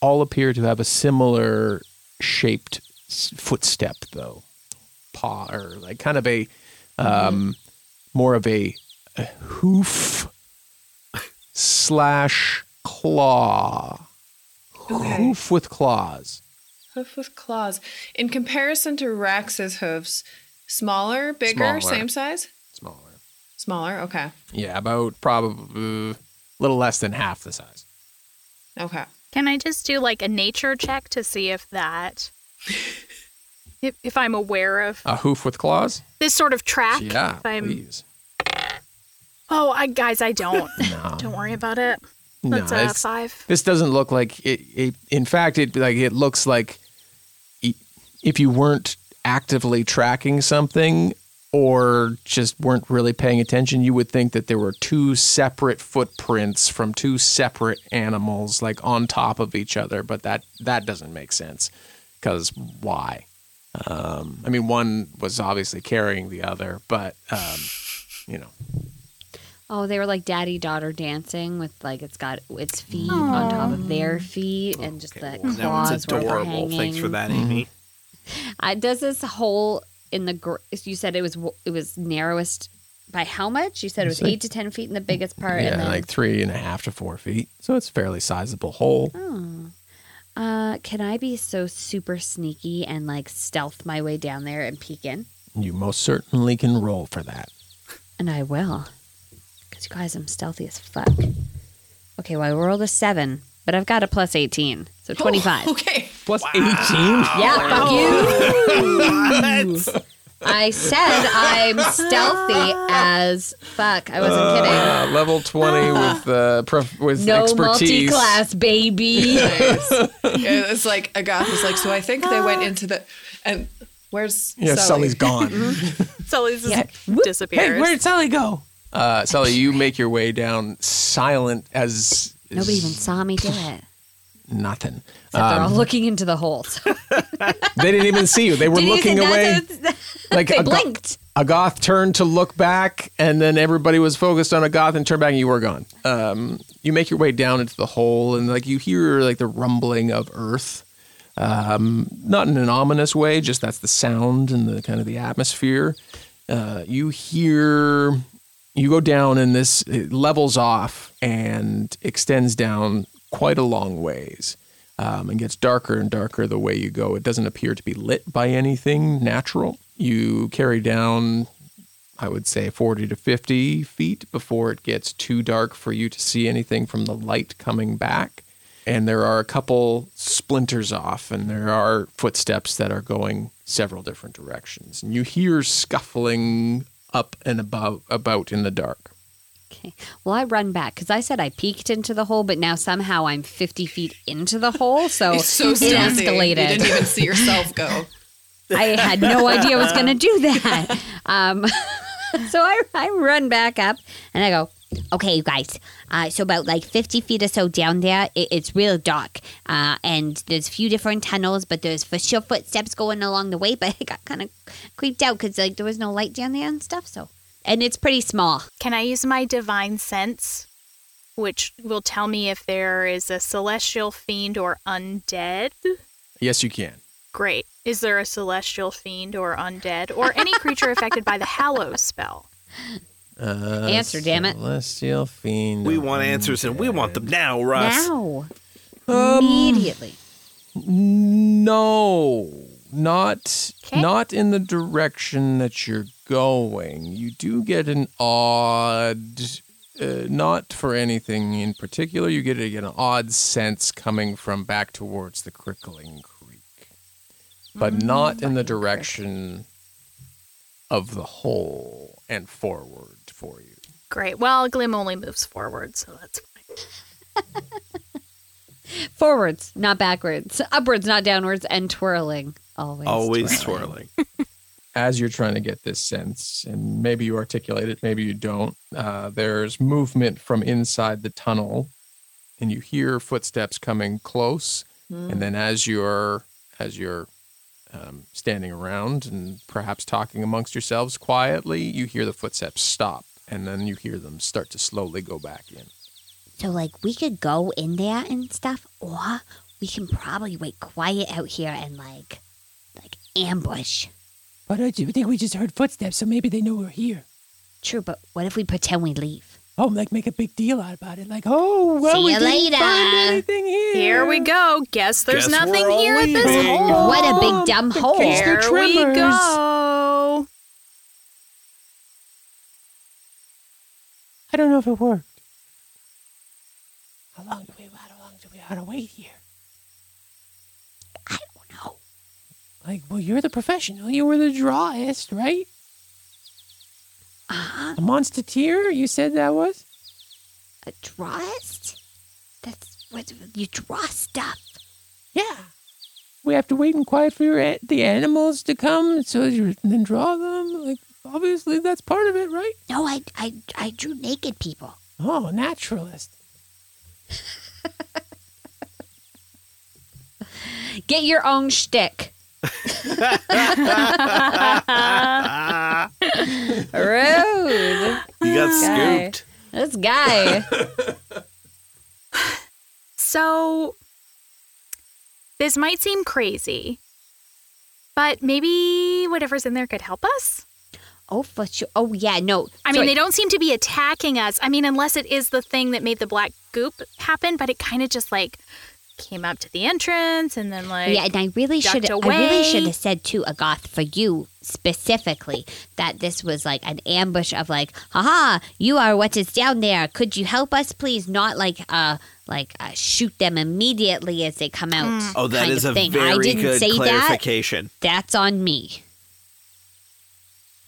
Speaker 3: All appear to have a similar shaped s- footstep, though, paw or like kind of a um, more of a, a hoof slash claw,
Speaker 6: Okay.
Speaker 3: hoof with claws.
Speaker 6: Hoof with claws. In comparison to Rax's hooves, smaller, bigger,
Speaker 3: Smaller.
Speaker 6: same size?
Speaker 3: Smaller.
Speaker 6: Smaller. Okay.
Speaker 3: Yeah, about probably a little less than half the size.
Speaker 6: Okay.
Speaker 1: Can I just do like a nature check to see if that if, if I'm aware of
Speaker 3: A hoof with claws.
Speaker 1: this sort of track?
Speaker 3: Yeah,
Speaker 1: If I'm
Speaker 3: please.
Speaker 1: Oh I guys, I don't.
Speaker 3: No,
Speaker 1: don't worry about it.
Speaker 3: no,
Speaker 1: That's uh,
Speaker 3: it's-
Speaker 1: five.
Speaker 3: This doesn't look like it, it. In fact, it like it looks like i- if you weren't actively tracking something or just weren't really paying attention, you would think that there were two separate footprints from two separate animals, like on top of each other. But that that doesn't make sense, because why? Um, I mean, one was obviously carrying the other, but um, you know.
Speaker 5: Oh, they were like daddy daughter dancing with like it's got its feet on top of their feet and just that
Speaker 4: Well, now
Speaker 5: claws
Speaker 4: it's
Speaker 5: were
Speaker 4: adorable.
Speaker 5: hanging.
Speaker 4: Thanks for that, Amy.
Speaker 5: I, does this hole in the gr- you said it was w- it was narrowest
Speaker 2: by how much? You said it was
Speaker 3: It's like-
Speaker 2: eight to ten feet in the biggest part, and
Speaker 3: yeah,
Speaker 2: then
Speaker 3: like three and a half to four feet. So it's a fairly sizable hole.
Speaker 2: Oh. Uh, can I be so super sneaky and like stealth my way down there and peek in?
Speaker 3: You most certainly can roll for that.
Speaker 2: And I will. Because you guys, I'm stealthy as fuck. Okay, well, I rolled a seven, but I've got a plus 18, so 25.
Speaker 3: Oh,
Speaker 6: Okay.
Speaker 3: Plus 18?
Speaker 2: Yeah, fuck you. I said I'm stealthy as fuck. I wasn't kidding.
Speaker 3: Uh, level 20 with uh, pref- with
Speaker 2: No multi
Speaker 3: expertise.
Speaker 2: class, baby.
Speaker 6: Yeah, it's like a goth is like, so I think they went into the and where's
Speaker 3: Yeah,
Speaker 6: Sully?
Speaker 3: Sully's gone.
Speaker 1: Sully's just disappears.
Speaker 3: Sully go? Uh, Sully, you make your way down silent as
Speaker 2: Nobody even saw me do it.
Speaker 3: nothing. Um,
Speaker 2: Except they're all looking into the hole. So
Speaker 3: They didn't even see you. They were
Speaker 2: Did you
Speaker 3: looking
Speaker 2: think
Speaker 3: away.
Speaker 2: that's how it's-
Speaker 3: Like
Speaker 2: they
Speaker 3: a, go-
Speaker 2: blinked.
Speaker 3: a goth turned to look back, and then everybody was focused on a goth and turned back, and you were gone. Um, you make your way down into the hole, and like you hear like the rumbling of earth. Um, not in an ominous way, just that's the sound and the kind of the atmosphere. Uh, you hear, you go down, and this it levels off and extends down quite a long ways. Um, and gets darker and darker the way you go. It doesn't appear to be lit by anything natural. You carry down I would say 40 to 50 feet before it gets too dark for you to see anything from the light coming back. And there are a couple splinters off, and there are footsteps that are going several different directions. And you hear scuffling up and about, about in the dark.
Speaker 2: Okay. Well, I run back because I said I peeked into the hole, but now somehow I'm 50 feet into the hole. So,
Speaker 6: It's so
Speaker 2: it
Speaker 6: stealthy. You
Speaker 2: escalated.
Speaker 6: didn't even see yourself go.
Speaker 2: I had no idea I was going to do that. Um, so I, I run back up and I go, okay, you guys. Uh, so about like 50 feet or so down there, it, it's real dark. Uh, and there's a few different tunnels, but there's for sure footsteps going along the way. But I got kind of creeped out because like there was no light down there and stuff. So, and it's pretty small.
Speaker 1: Can I use my divine sense, which will tell me if there is a celestial fiend or undead?
Speaker 3: Yes, you can.
Speaker 1: Great. Is there a celestial fiend or undead or any creature affected by the Hallow spell?
Speaker 3: Uh,
Speaker 2: Answer, damn it.
Speaker 3: Celestial fiend.
Speaker 4: We want answers and we want them now, Russ.
Speaker 2: Now,
Speaker 3: Um,
Speaker 2: immediately.
Speaker 3: No, not
Speaker 1: Okay.
Speaker 3: not in the direction that you're going. You do get an odd, uh, not for anything in particular. You get, a, get an odd sense coming from back towards the Crickling Creek, but not in the direction of the hole and forward for you.
Speaker 1: Great. Well, Glim only moves forward, so that's fine.
Speaker 2: Forwards, not backwards. Upwards, not downwards. And twirling. Always.
Speaker 4: Always swirling.
Speaker 3: as you're trying to get this sense, and maybe you articulate it, maybe you don't, uh, there's movement from inside the tunnel, and you hear footsteps coming close. And then as you're as you're um, standing around and perhaps talking amongst yourselves quietly, you hear the footsteps stop, and then you hear them start to slowly go back in.
Speaker 2: So, like, we could go in there and stuff, or we can probably wait quiet out here and like, like ambush.
Speaker 7: But I do think we just heard footsteps, so maybe they know we're here.
Speaker 2: True, but what if we pretend we leave?
Speaker 7: Oh, like make a big deal out about it. Like, oh, well,
Speaker 2: See
Speaker 7: we
Speaker 2: you
Speaker 7: didn't
Speaker 2: later.
Speaker 7: find anything here.
Speaker 1: Here we go. Guess there's
Speaker 4: Guess
Speaker 1: nothing
Speaker 4: we're all
Speaker 1: here at this
Speaker 4: leaving.
Speaker 1: hole.
Speaker 2: what a big dumb hole!
Speaker 7: case
Speaker 1: Here
Speaker 7: There's no
Speaker 1: we
Speaker 7: tremors.
Speaker 1: go.
Speaker 7: I don't know if it worked. How long do we? How long do we have to wait here?
Speaker 2: I don't know.
Speaker 7: Like, well, you're the professional. You were the drawist, right?
Speaker 2: Uh-huh.
Speaker 7: A monster tear. You said that was.
Speaker 2: A trust? That's what you draw stuff.
Speaker 7: Yeah. We have to wait in quiet for your, a- the animals to come, so you then draw them. Like, obviously, that's part of it, right?
Speaker 2: No, I, I, I drew naked people.
Speaker 7: Oh, naturalist.
Speaker 2: Get your own shtick. Rude.
Speaker 4: You got
Speaker 2: Okay.
Speaker 4: scooped.
Speaker 2: This guy.
Speaker 1: So, this might seem crazy, but maybe whatever's in there could help us.
Speaker 5: Oh, for sure. Oh, yeah. No.
Speaker 1: I mean, they don't seem to be attacking us. I mean, unless it is the thing that made the black goop happen, but it kind of just like came up to the entrance and then like
Speaker 5: Yeah, and I really should.
Speaker 1: ducked
Speaker 5: I really
Speaker 1: away.
Speaker 5: should have said to Agath for you specifically that this was like an ambush of like, haha, you are what is down there. Could you help us, please? Not like uh, like uh, shoot them immediately as they come out.
Speaker 4: Oh, that
Speaker 5: kind
Speaker 4: is
Speaker 5: of
Speaker 4: a
Speaker 5: thing. I
Speaker 4: very
Speaker 5: didn't
Speaker 4: good
Speaker 5: say that.
Speaker 4: clarification.
Speaker 5: That's on me.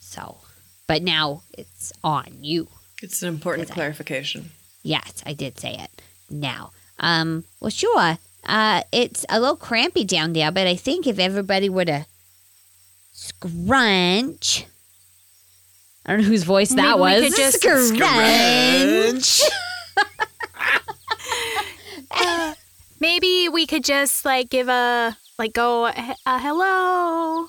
Speaker 5: So, but now it's on you.
Speaker 6: It's an important clarification.
Speaker 5: Yes, I did say it. Now, um, well, sure. Uh, it's a little crampy down there, but I think if everybody were to scrunch, I don't know whose voice that
Speaker 1: Maybe we
Speaker 5: was.
Speaker 1: could just-
Speaker 5: scrunch.
Speaker 1: maybe we could just like give a like go a, a hello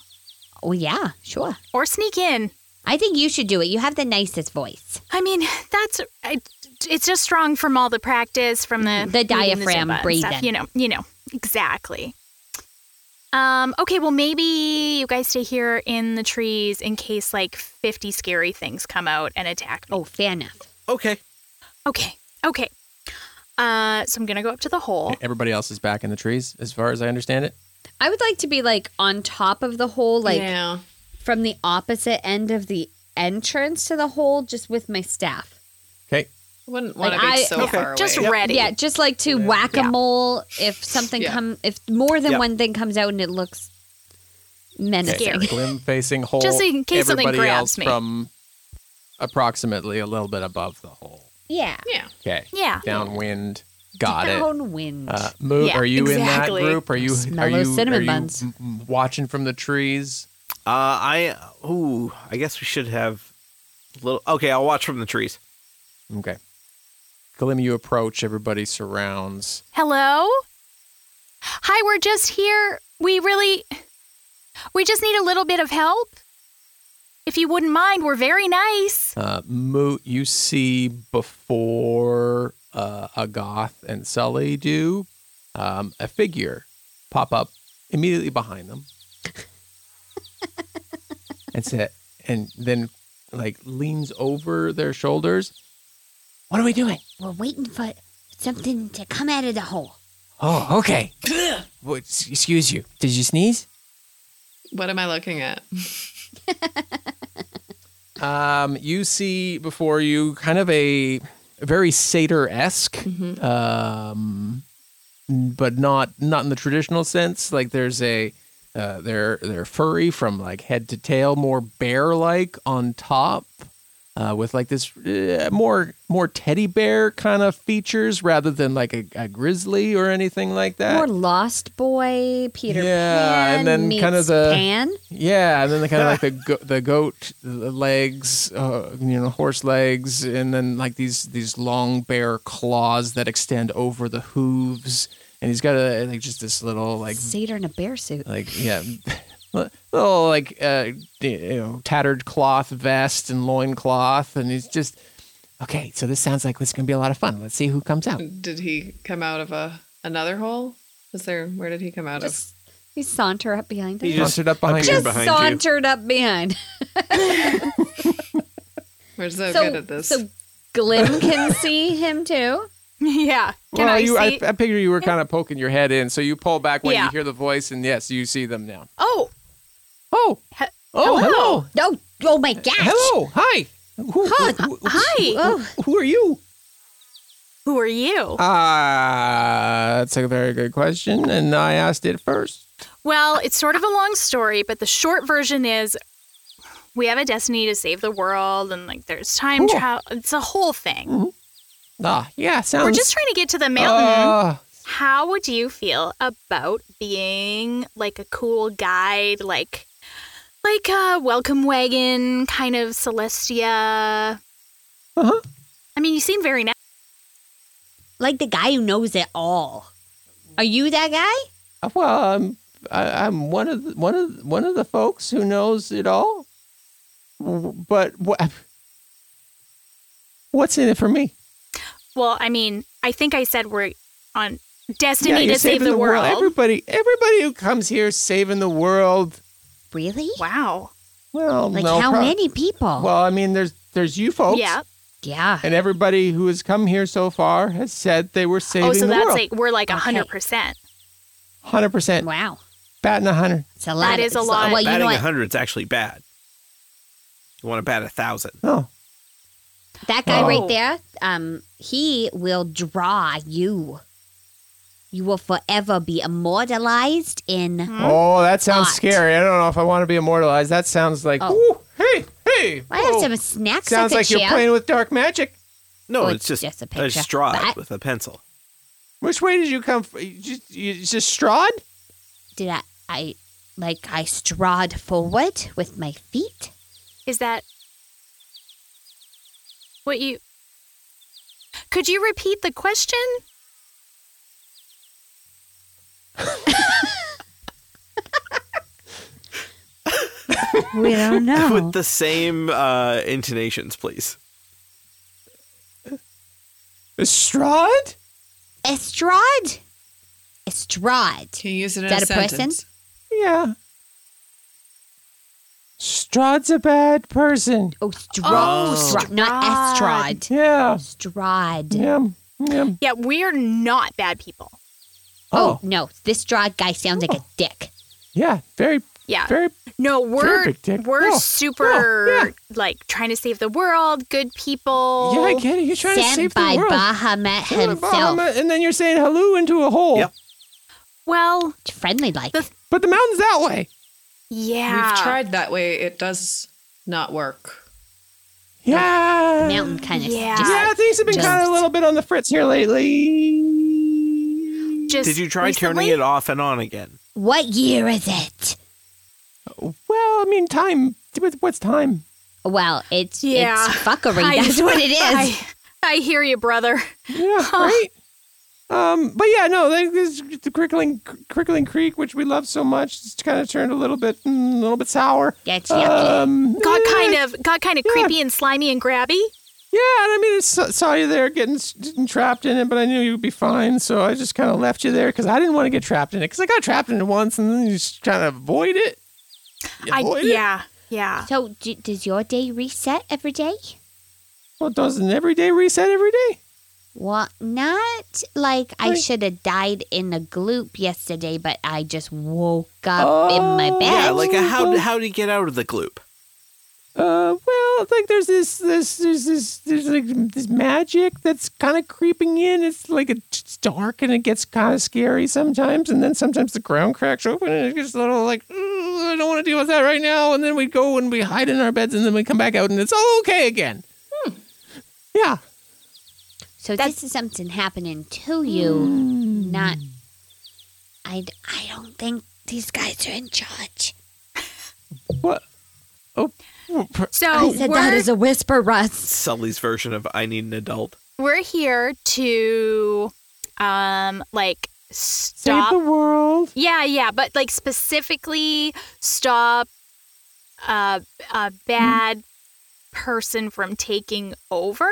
Speaker 5: Oh yeah, sure.
Speaker 1: or sneak in.
Speaker 5: I think you should do it. You have the nicest voice.
Speaker 1: I mean, that's I, it's just strong from all the practice, from the
Speaker 5: The
Speaker 1: reading
Speaker 5: diaphragm
Speaker 1: Zumba and
Speaker 5: breathing.
Speaker 1: stuff, you know, you know exactly. Um. Okay. Well, maybe you guys stay here in the trees in case like fifty scary things come out and attack me.
Speaker 5: Oh, fair enough.
Speaker 4: Okay.
Speaker 1: Okay. Okay. Uh. So I'm gonna go up to the hole.
Speaker 3: Everybody else is back in the trees, as far as I understand it.
Speaker 5: I would like to be like on top of the hole, like
Speaker 6: yeah.
Speaker 5: from the opposite end of the entrance to the hole, just with my staff.
Speaker 3: Okay.
Speaker 6: Wouldn't want
Speaker 5: Like,
Speaker 6: to be
Speaker 5: I-
Speaker 6: so
Speaker 1: Okay,
Speaker 6: far away.
Speaker 1: just ready.
Speaker 5: Yeah, just like to whack a mole if something
Speaker 6: Yeah.
Speaker 5: come if more than
Speaker 4: Yeah.
Speaker 5: one thing comes out and it looks menacing.
Speaker 1: Scary.
Speaker 3: Glim facing hole.
Speaker 1: Just in case something
Speaker 3: Everybody
Speaker 1: grabs
Speaker 3: else
Speaker 1: me.
Speaker 3: from approximately a little bit above the hole.
Speaker 5: Yeah.
Speaker 6: Yeah.
Speaker 3: Okay.
Speaker 1: Yeah.
Speaker 3: Downwind. Got it.
Speaker 5: Down wind.
Speaker 3: Uh, Moo,
Speaker 1: Yeah,
Speaker 3: are you
Speaker 1: exactly.
Speaker 3: in that group? Are you
Speaker 5: Smell
Speaker 3: are you,
Speaker 5: those cinnamon
Speaker 3: are you
Speaker 5: buns.
Speaker 3: m- m- watching from the trees?
Speaker 4: Uh, I ooh, I guess we should have little. Okay, I'll watch from the trees.
Speaker 3: Okay. Glim, you approach. Everybody surrounds.
Speaker 1: Hello? Hi, we're just here. We really. We just need a little bit of help. If you wouldn't mind, we're very nice.
Speaker 3: Uh, Moo, you see before uh, Agath and Sully do um, a figure pop up immediately behind them, and say, and then like leans over their shoulders. What are we doing?
Speaker 5: We're waiting for something to come out of the hole.
Speaker 3: Oh, okay. Well, s- excuse you. Did you sneeze?
Speaker 6: What am I looking at?
Speaker 3: Um, you see before you kind of a very satyr esque, um, but not not in the traditional sense. Like there's a uh, they're they're furry from like head to tail, more bear like on top, uh, with like this uh, more more teddy bear kind of features rather than like a, a grizzly or anything like that.
Speaker 5: More Lost Boy, Peter
Speaker 3: Yeah,
Speaker 5: Pan.
Speaker 3: and then
Speaker 5: meets
Speaker 3: kind of the-
Speaker 5: Pan.
Speaker 3: Yeah, and then the kind of like the go- the goat legs, uh, you know, horse legs, and then like these these long bare claws that extend over the hooves, and he's got a like just this little like
Speaker 5: Satyr in a bear suit.
Speaker 3: like yeah, little like uh, you know tattered cloth vest and loincloth, and he's just okay. So this sounds like it's gonna be a lot of fun. Let's see who comes out.
Speaker 6: Did he come out of a another hole? Was there where did he come out
Speaker 5: Just you saunter up behind
Speaker 4: He
Speaker 5: him.
Speaker 4: just
Speaker 3: Sauntered up behind
Speaker 4: appeared
Speaker 5: Just
Speaker 3: you.
Speaker 4: behind you.
Speaker 5: sauntered up behind.
Speaker 6: of? We're so,
Speaker 5: so,
Speaker 6: good at this.
Speaker 5: so Glim can see him too.
Speaker 1: yeah. Can
Speaker 3: well,
Speaker 1: I
Speaker 3: you,
Speaker 1: see?
Speaker 3: I, I figure you were kind of poking your head in, so you pull back when
Speaker 1: Yeah.
Speaker 3: you hear the voice, and yes, you see them now.
Speaker 1: oh,
Speaker 3: Oh,
Speaker 1: he-
Speaker 3: oh, hello.
Speaker 5: No. Oh my gosh.
Speaker 3: Hello, hi. Who, who- who-
Speaker 1: hi.
Speaker 5: Oh,
Speaker 3: who are you?
Speaker 1: Who are you?
Speaker 3: Ah, that's a very good question, and I asked it first.
Speaker 1: Well, it's sort of a long story, but the short version is we have a destiny to save the world, and like there's time
Speaker 3: Cool.
Speaker 1: travel. It's a whole thing.
Speaker 3: Ah, yeah, sounds.
Speaker 1: We're just trying to get to the mountain.
Speaker 8: Uh,
Speaker 3: Ah,
Speaker 1: How would you feel about being like a cool guide, like like a welcome wagon kind of Celestia?
Speaker 3: Uh-huh.
Speaker 1: I mean, you seem very nice.
Speaker 5: like the guy who knows it all. Are you that guy?
Speaker 3: well, I'm I, I'm one of the, one of the- one of the folks who knows it all. W- But what what's in it for me?
Speaker 1: Well, I mean, I think I said we're on destiny
Speaker 3: you're
Speaker 1: to save
Speaker 3: saving
Speaker 1: the, world.
Speaker 3: Everybody, everybody who comes here is saving the world.
Speaker 5: Really?
Speaker 1: Wow.
Speaker 8: Well,
Speaker 5: Like
Speaker 8: no
Speaker 5: how
Speaker 8: prob-
Speaker 5: many people?
Speaker 8: Well, I mean, there's there's you folks.
Speaker 1: Yeah.
Speaker 5: yeah.
Speaker 8: And everybody who has come here so far has said they were saving
Speaker 1: Oh, so
Speaker 8: the
Speaker 1: that's
Speaker 8: world.
Speaker 1: like we're like a hundred percent.
Speaker 8: hundred percent,
Speaker 5: Wow.
Speaker 8: batting hundred.
Speaker 5: It's a lot.
Speaker 1: is a
Speaker 5: it's
Speaker 1: lot.
Speaker 5: Well, you know
Speaker 4: Batting a
Speaker 5: what?
Speaker 4: hundred is actually bad. You want to bat a thousand.
Speaker 8: Oh,
Speaker 5: That guy
Speaker 8: Oh.
Speaker 5: right there, um, he will draw you. You will forever be immortalized in.
Speaker 6: Hmm?
Speaker 1: Hmm?
Speaker 8: oh, that sounds
Speaker 5: Hot.
Speaker 8: scary. I don't know if I want to be immortalized. That sounds like,
Speaker 5: Oh.
Speaker 8: ooh, hey, hey.
Speaker 5: I have
Speaker 8: whoa.
Speaker 5: some snacks.
Speaker 8: Oh, sounds
Speaker 5: I could
Speaker 8: like
Speaker 5: share.
Speaker 8: you're playing with dark magic.
Speaker 4: No,
Speaker 5: Well,
Speaker 4: it's just,
Speaker 5: just a
Speaker 4: a,
Speaker 5: picture.
Speaker 4: straw
Speaker 5: But-
Speaker 4: with a pencil.
Speaker 8: Which way did you come? From? You just, you just strawed?
Speaker 5: Did I? I like I strode forward with my feet.
Speaker 1: Is that what you? Could you repeat the question?
Speaker 5: We don't know.
Speaker 4: With the same uh, intonations, please.
Speaker 8: Strawed?
Speaker 5: Estrad. Estrad.
Speaker 6: Can you use it in
Speaker 5: Is that
Speaker 6: a
Speaker 5: a person?
Speaker 6: sentence?
Speaker 8: Yeah. Strad's a bad person.
Speaker 5: Oh, strod.
Speaker 8: Oh.
Speaker 5: Strod, Not estrad.
Speaker 8: Yeah.
Speaker 5: Strad.
Speaker 8: Yeah. Yeah.
Speaker 1: Yeah, we're not bad people.
Speaker 5: Oh. no, this strad guy sounds like a dick.
Speaker 8: Oh. Yeah. Very.
Speaker 1: Yeah.
Speaker 8: Very.
Speaker 1: No, we're
Speaker 8: big dick.
Speaker 1: we're
Speaker 8: No,
Speaker 1: super
Speaker 8: no, yeah.
Speaker 1: like trying to save the world, good people.
Speaker 8: Yeah, I get it. You're trying to
Speaker 5: Sent
Speaker 8: save
Speaker 5: by
Speaker 8: the world.
Speaker 5: Bahamut
Speaker 8: Yeah,
Speaker 5: himself.
Speaker 8: Bahama- and then you're saying hello into a hole.
Speaker 4: Yep.
Speaker 1: Well,
Speaker 5: Friendly like.
Speaker 1: The-
Speaker 8: But the mountain's that way.
Speaker 1: yeah.
Speaker 6: We've tried that way. It does not work.
Speaker 8: Yeah.
Speaker 5: The mountain kind of
Speaker 1: Yeah.
Speaker 5: just
Speaker 8: Yeah, things have been
Speaker 5: just-
Speaker 8: kind of a little bit on the fritz here lately.
Speaker 1: Just
Speaker 4: Did you try
Speaker 1: recently?
Speaker 4: turning it off and on again?
Speaker 5: What year is it?
Speaker 8: Well, I mean, time. what- What's time?
Speaker 5: Well, it's
Speaker 1: Yeah.
Speaker 5: it's fuckery.
Speaker 1: I-
Speaker 5: That's what it is.
Speaker 1: I, I hear you, brother. Oh,
Speaker 8: Yeah, right. Um, but yeah, no, like, this, the crickling, crickling creek, which we love so much, it's kind of turned a little bit, mm, a little bit sour.
Speaker 5: That's yucky.
Speaker 8: Um,
Speaker 1: Got
Speaker 8: eh,
Speaker 1: kind of got kind of creepy and slimy and grabby.
Speaker 8: Yeah, and I mean, I saw, saw you there getting s- trapped in it, but I knew you'd be fine, so I just kind of left you there because I didn't want to get trapped in it because I got trapped in it once, and then you just trying to avoid it. You
Speaker 1: I
Speaker 8: avoid it.
Speaker 1: yeah yeah.
Speaker 5: so, d- does your day reset every day?
Speaker 8: Well, does an everyday reset every day?
Speaker 5: Well, not like I should have died in a gloop yesterday, but I just woke up in my
Speaker 8: Oh.
Speaker 5: bed.
Speaker 4: Yeah, like a, how
Speaker 8: well-
Speaker 4: how do you get out of the gloop?
Speaker 8: Uh, well, like there's this, this, there's this, there's like this magic that's kind of creeping in. It's like it's dark and it gets kind of scary sometimes, and then sometimes the ground cracks open and it gets a little like "Ooh, I don't want to deal with that right now. And then we go and we hide in our beds, and then we come back out and it's all okay again. Yeah,
Speaker 5: so
Speaker 1: That's-
Speaker 5: this is something happening to you,
Speaker 8: Hmm.
Speaker 5: not. I, d- I don't think these guys are in charge.
Speaker 8: what? Oh,
Speaker 1: So we're
Speaker 5: a whisper, Russ.
Speaker 4: Sully's version of I need an adult.
Speaker 1: we're here to um like
Speaker 8: save
Speaker 1: stop
Speaker 8: the world.
Speaker 1: Yeah, yeah, but like specifically stop uh, a bad person from taking over.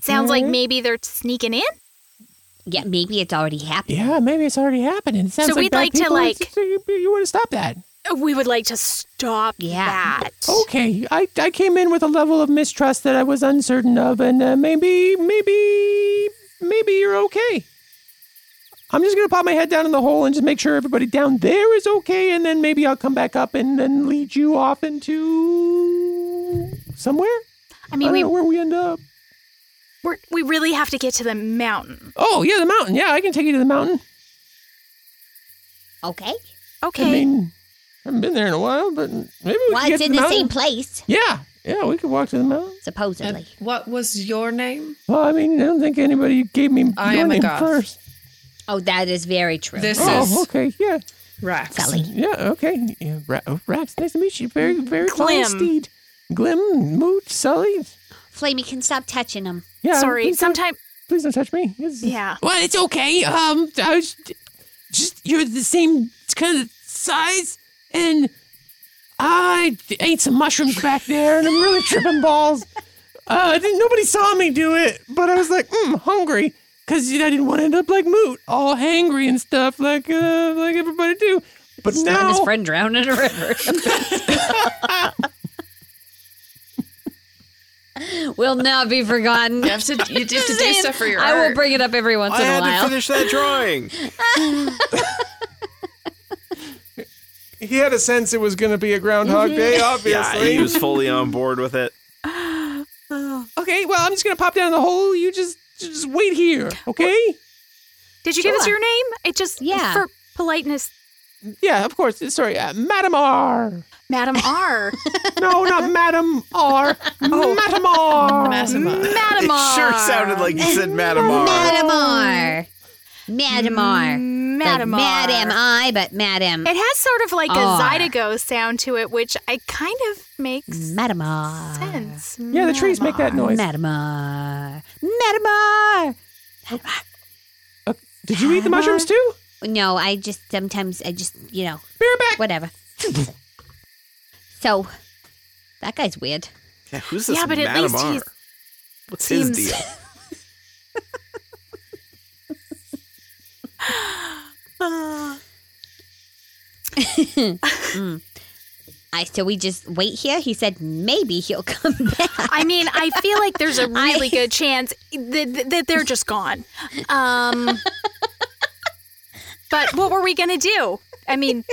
Speaker 1: Sounds
Speaker 8: Mm-hmm.
Speaker 1: like maybe they're sneaking in.
Speaker 5: Yeah, maybe it's already happened.
Speaker 8: Yeah, maybe it's already happening. It sounds
Speaker 1: So
Speaker 8: like
Speaker 1: we'd
Speaker 8: bad
Speaker 1: like to,
Speaker 8: people.
Speaker 1: like-
Speaker 8: It's- you, you want to stop that.
Speaker 1: We would like to stop
Speaker 5: Yeah.
Speaker 1: that.
Speaker 8: Okay, I, I came in with a level of mistrust that I was uncertain of, and uh, maybe, maybe, maybe you're okay. I'm just gonna pop my head down in the hole and just make sure everybody down there is okay, and then maybe I'll come back up and then lead you off into somewhere.
Speaker 1: I
Speaker 8: I
Speaker 1: mean,
Speaker 8: don't
Speaker 1: we
Speaker 8: know where we end up.
Speaker 1: we're, we really have to get to the mountain.
Speaker 8: Oh yeah, the mountain. Yeah, I can take you to the mountain.
Speaker 5: Okay.
Speaker 1: Okay.
Speaker 8: I mean, I haven't been there in a while, but maybe we
Speaker 5: Well,
Speaker 8: can get
Speaker 5: it's
Speaker 8: to
Speaker 5: in
Speaker 8: the,
Speaker 5: the
Speaker 8: mountain.
Speaker 5: same place,
Speaker 8: Yeah, yeah, we could walk to the mountain.
Speaker 6: And
Speaker 5: supposedly.
Speaker 6: what was your name?
Speaker 8: Well, I mean, I don't think anybody gave me
Speaker 6: I
Speaker 8: your
Speaker 6: am a
Speaker 8: name
Speaker 6: goth.
Speaker 8: first.
Speaker 5: Oh, that is very true.
Speaker 6: This
Speaker 8: Oh,
Speaker 6: is
Speaker 8: okay, yeah,
Speaker 6: Rax.
Speaker 5: Sally.
Speaker 8: yeah, okay. Yeah, Ra- oh, Rax, nice to meet you. Very, very fine
Speaker 1: Glim.
Speaker 8: steed. Glim, Moot, Sully.
Speaker 5: Flamey can stop touching him.
Speaker 8: Yeah,
Speaker 1: Sorry.
Speaker 8: Please don't,
Speaker 1: Sometimes.
Speaker 8: please don't touch me. It's-
Speaker 1: Yeah.
Speaker 7: Well, it's okay. Um, I was just you're the same kind of size, and
Speaker 8: I ate some mushrooms back there, and I'm really tripping balls. Uh, I didn't, nobody saw me do it, but I was like, mm, hungry, because I didn't want to end up like Moot, all hangry and stuff, like uh, like everybody do.
Speaker 5: Let
Speaker 3: But
Speaker 5: his
Speaker 3: now
Speaker 5: friend drown in a river. Will not be forgotten.
Speaker 6: You have to, you have to do stuff for your
Speaker 5: I will
Speaker 6: art.
Speaker 5: bring it up every once
Speaker 4: I
Speaker 5: in a
Speaker 4: had
Speaker 5: while.
Speaker 4: to finish that drawing.
Speaker 3: he had a sense it was going to be a
Speaker 4: Mm-hmm.
Speaker 3: Groundhog
Speaker 5: Mhm.
Speaker 3: Day,
Speaker 4: yeah,
Speaker 3: obviously.
Speaker 4: he was fully on board with it.
Speaker 3: okay, well, I'm just going to pop down the hole. You just just wait here, okay?
Speaker 1: Did you give us your name? It just
Speaker 5: Yeah.
Speaker 1: for politeness,
Speaker 3: Yeah, of course. Sorry, uh, Madam R.
Speaker 1: Madam R. Oh.
Speaker 3: No, not Madam R. Madam R.
Speaker 6: Massimo.
Speaker 1: Madam
Speaker 4: It
Speaker 1: R.
Speaker 4: sure sounded like you said Matamar.
Speaker 5: Madamar. Madamar.
Speaker 1: Madam
Speaker 5: Like
Speaker 1: R.
Speaker 5: Madam I, but Madam.
Speaker 1: It has sort of like a
Speaker 5: R.
Speaker 1: Zydeco sound to it, which I kind of makes
Speaker 5: Madamar.
Speaker 1: sense.
Speaker 3: Yeah, the trees make that noise.
Speaker 5: Madamar. Madamar.
Speaker 3: Uh, did you eat
Speaker 2: Uh-huh.
Speaker 3: the mushrooms too?
Speaker 5: No, I just sometimes, I just, you know,
Speaker 3: Be right back.
Speaker 5: whatever. so, that guy's weird.
Speaker 4: Yeah, who's this
Speaker 1: Yeah, but at least
Speaker 4: Matamar?
Speaker 1: he's-
Speaker 4: What's
Speaker 1: seems-
Speaker 4: his deal?
Speaker 3: Uh.
Speaker 5: Mm. I so we just wait here. He said maybe he'll come back.
Speaker 1: I mean, I feel like there's a really good chance that, that- that they're just gone. Um, but what were we going to do? I mean,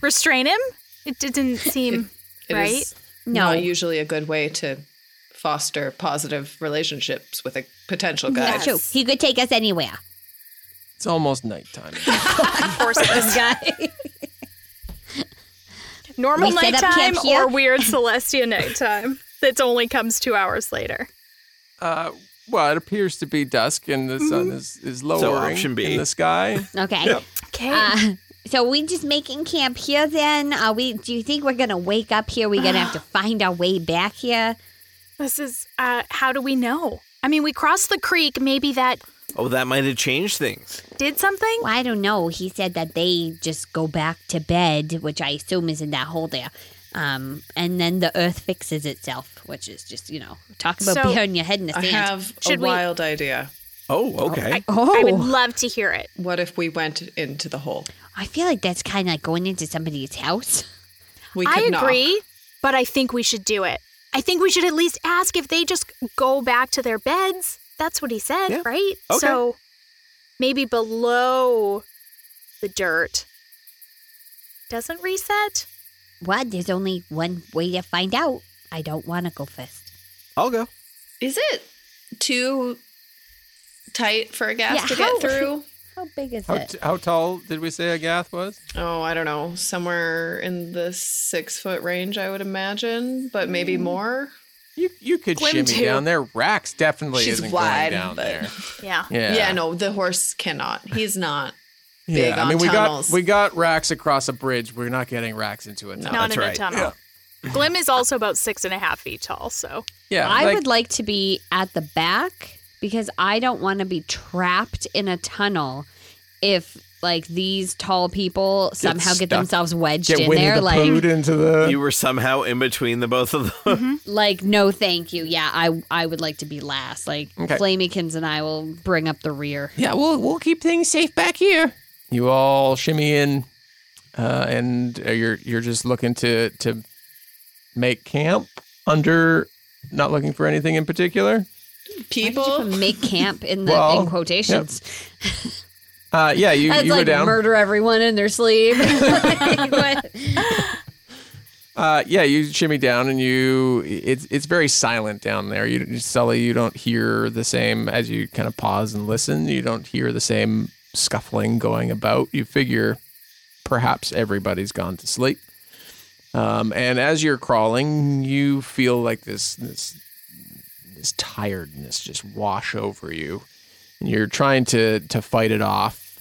Speaker 1: restrain him? It didn't seem
Speaker 6: It
Speaker 1: right.
Speaker 6: is
Speaker 5: No.
Speaker 6: not usually a good way to foster positive relationships with a potential guy.
Speaker 5: That's true. He could take us anywhere.
Speaker 3: It's almost nighttime.
Speaker 5: This guy.
Speaker 1: normal
Speaker 5: We set up
Speaker 1: nighttime
Speaker 5: camp here.
Speaker 1: or weird Celestia nighttime that only comes two hours later.
Speaker 3: Uh, well, it appears to be dusk, and the sun is is lowering
Speaker 4: option B.
Speaker 3: in the sky.
Speaker 5: Okay.
Speaker 1: Okay.
Speaker 5: Uh, so we just making camp here then? Are we do you think we're gonna wake up here? We're gonna have to find our way back here?
Speaker 1: this is uh, how do we know? I mean, we crossed the creek. Maybe that
Speaker 4: Oh, that might have changed things.
Speaker 1: did something.
Speaker 5: Well, I don't know. He said that they just go back to bed, which I assume is in that hole there. Um, and then the earth fixes itself, which is just, you know, talk about
Speaker 1: So-
Speaker 5: burying your head in the
Speaker 6: I
Speaker 5: sand.
Speaker 6: have
Speaker 1: Should
Speaker 6: a
Speaker 1: we-
Speaker 6: wild idea.
Speaker 4: Oh, okay.
Speaker 5: Eh?
Speaker 1: I would love to hear it.
Speaker 6: What if we went into the hole?
Speaker 5: I feel like that's kinda like going into somebody's house.
Speaker 6: We
Speaker 1: I
Speaker 6: could knock.
Speaker 1: agree, but I think we should do it. I think we should at least ask if they just go back to their beds. That's what he said,
Speaker 4: Yeah.
Speaker 1: right?
Speaker 4: Okay.
Speaker 1: So maybe below the dirt doesn't reset.
Speaker 5: What? There's only one way to find out. I don't wanna go first.
Speaker 4: I'll go.
Speaker 6: Is it too tight for a gas
Speaker 5: Yeah,
Speaker 6: to
Speaker 5: how-
Speaker 6: get through?
Speaker 5: How big is
Speaker 3: How,
Speaker 5: it?
Speaker 3: t- how tall did we say a gath was?
Speaker 6: Oh, I don't know. Somewhere in the six foot range, I would imagine, but maybe
Speaker 5: Mm.
Speaker 6: more.
Speaker 3: You you could
Speaker 1: Glim
Speaker 3: shimmy
Speaker 1: two.
Speaker 3: down there. Racks definitely
Speaker 6: She's
Speaker 3: isn't
Speaker 6: wide,
Speaker 3: going down
Speaker 6: but-
Speaker 3: there.
Speaker 1: Yeah.
Speaker 3: Yeah,
Speaker 6: Yeah. no, the horse cannot. He's not.
Speaker 3: Yeah,
Speaker 6: big
Speaker 3: I
Speaker 6: on
Speaker 3: mean we
Speaker 6: tunnels.
Speaker 3: got we got racks across a bridge. We're not getting racks into a tunnel.
Speaker 1: Not
Speaker 4: that's
Speaker 1: in a
Speaker 4: right.
Speaker 1: tunnel. Glim is also about six and a half feet tall, so
Speaker 3: Yeah,
Speaker 2: I
Speaker 3: like-
Speaker 2: would like to be at the back because I don't want to be trapped in a tunnel if like these tall people somehow get
Speaker 3: stuck.
Speaker 2: themselves wedged
Speaker 3: get
Speaker 2: in
Speaker 3: Winnie
Speaker 2: there.
Speaker 3: the
Speaker 2: like
Speaker 3: Pooh into the.
Speaker 4: You were somehow in between the both of them.
Speaker 3: Mm-hmm.
Speaker 2: like no thank you. Yeah, I I would like to be last. Like
Speaker 3: Okay.
Speaker 2: Flamykins and I will bring up the rear.
Speaker 3: yeah, we'll we'll keep things safe back here. You all shimmy in, uh, and uh, you're you're just looking to to make camp under. Not looking for anything in particular.
Speaker 6: People,
Speaker 2: Make camp in the
Speaker 3: Well,
Speaker 2: in quotations.
Speaker 3: Uh, yeah, you,
Speaker 2: That's
Speaker 3: you go
Speaker 2: like
Speaker 3: down.
Speaker 2: murder everyone in their sleep. Like, what?
Speaker 3: Uh, yeah, you shimmy down, and you it's it's very silent down there. You Sully, you don't hear the same as you kind of pause and listen. You don't hear the same scuffling going about. You figure perhaps everybody's gone to sleep. Um, and as you're crawling, you feel like this this this tiredness just wash over you, and you're trying to to fight it off,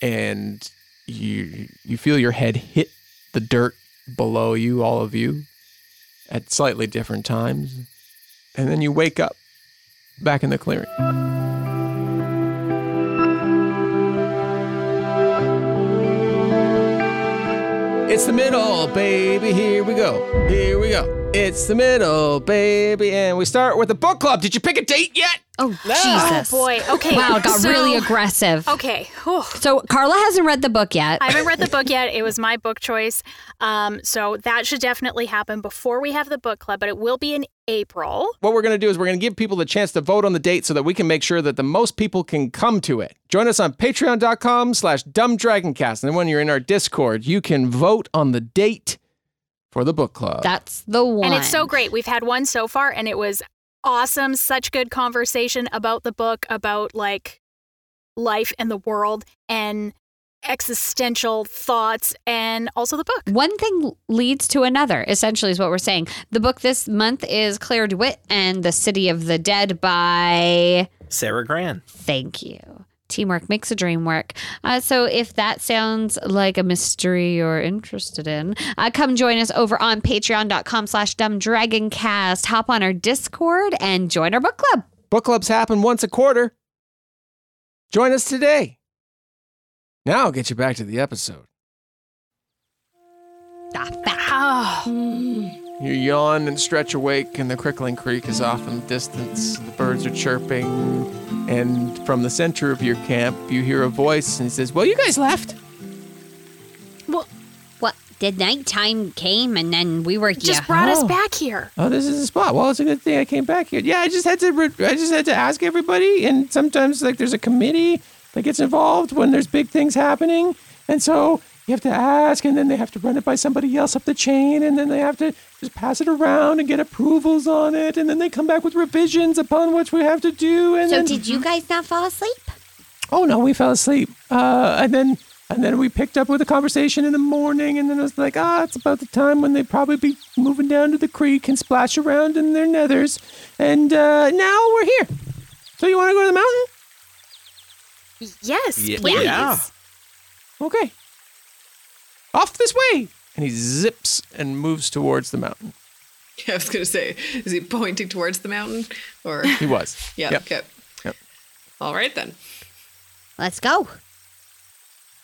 Speaker 3: and you you feel your head hit the dirt below you, all of you, at slightly different times, and then you wake up back in the clearing. It's the middle, baby. Here we go. Here we go. It's the middle, baby, and we start with the book club. Did you pick a date yet?
Speaker 5: Oh, Jesus.
Speaker 1: Boy, okay.
Speaker 5: Wow, it got
Speaker 1: so-
Speaker 5: really aggressive.
Speaker 1: Okay. whew.
Speaker 5: So Carla hasn't read the book yet.
Speaker 1: I haven't read the book yet. It was my book choice. Um, so that should definitely happen before we have the book club, but it will be in April.
Speaker 3: What we're going to do is we're going to give people the chance to vote on the date so that we can make sure that the most people can come to it. Join us on patreon.com slash dumbdragoncast. And then when you're in our Discord, you can vote on the date for the book club.
Speaker 5: That's the one.
Speaker 1: And it's so great. We've had one so far, and it was awesome. Such good conversation about the book, about like life and the world, and existential thoughts, and also the book.
Speaker 5: one thing leads to another, essentially, is what we're saying. The book this month is Claire DeWitt and The City of the Dead by
Speaker 4: Sarah Gran.
Speaker 5: Thank you. Teamwork makes a dream work. Uh, so, if that sounds like a mystery you're interested in, uh, come join us over on patreon.com slash dumbdragoncast. Hop on our Discord and join our book club.
Speaker 3: Book clubs happen once a quarter. Join us today. Now I'll get you back to the episode.
Speaker 5: Ah, back.
Speaker 1: Oh,
Speaker 3: You yawn and stretch awake, and the crickling creek is off in the distance. The birds are chirping, and from the center of your camp, you hear a voice, and it says, "Well, you guys left."
Speaker 5: Well, the nighttime came and then we were
Speaker 1: just
Speaker 5: here.
Speaker 1: brought us
Speaker 3: Oh.
Speaker 1: back here.
Speaker 3: Oh, this is the spot. Well, it's a good thing I came back here. Yeah, I just had to. Re- I just had to ask everybody, and sometimes like there's a committee that gets involved when there's big things happening, and so you have to ask, and then they have to run it by somebody else up the chain, and then they have to just pass it around and get approvals on it, and then they come back with revisions upon which we have to do. And
Speaker 5: so,
Speaker 3: then,
Speaker 5: did you guys not fall asleep?
Speaker 3: oh no, we fell asleep. Uh, and then and then we picked up with a conversation in the morning, and then I was like, ah, it's about the time when they probably be moving down to the creek and splash around in their nethers, and uh, now we're here. So you want to go to the mountain?
Speaker 1: Yes,
Speaker 4: Ye-
Speaker 1: please.
Speaker 4: yeah.
Speaker 3: Okay. Off this way. And he zips and moves towards the mountain.
Speaker 6: I was going to say, is he pointing towards the mountain? Or,
Speaker 3: He was.
Speaker 6: yeah,
Speaker 3: Yep.
Speaker 6: okay.
Speaker 3: Yep.
Speaker 6: All right then.
Speaker 5: Let's go.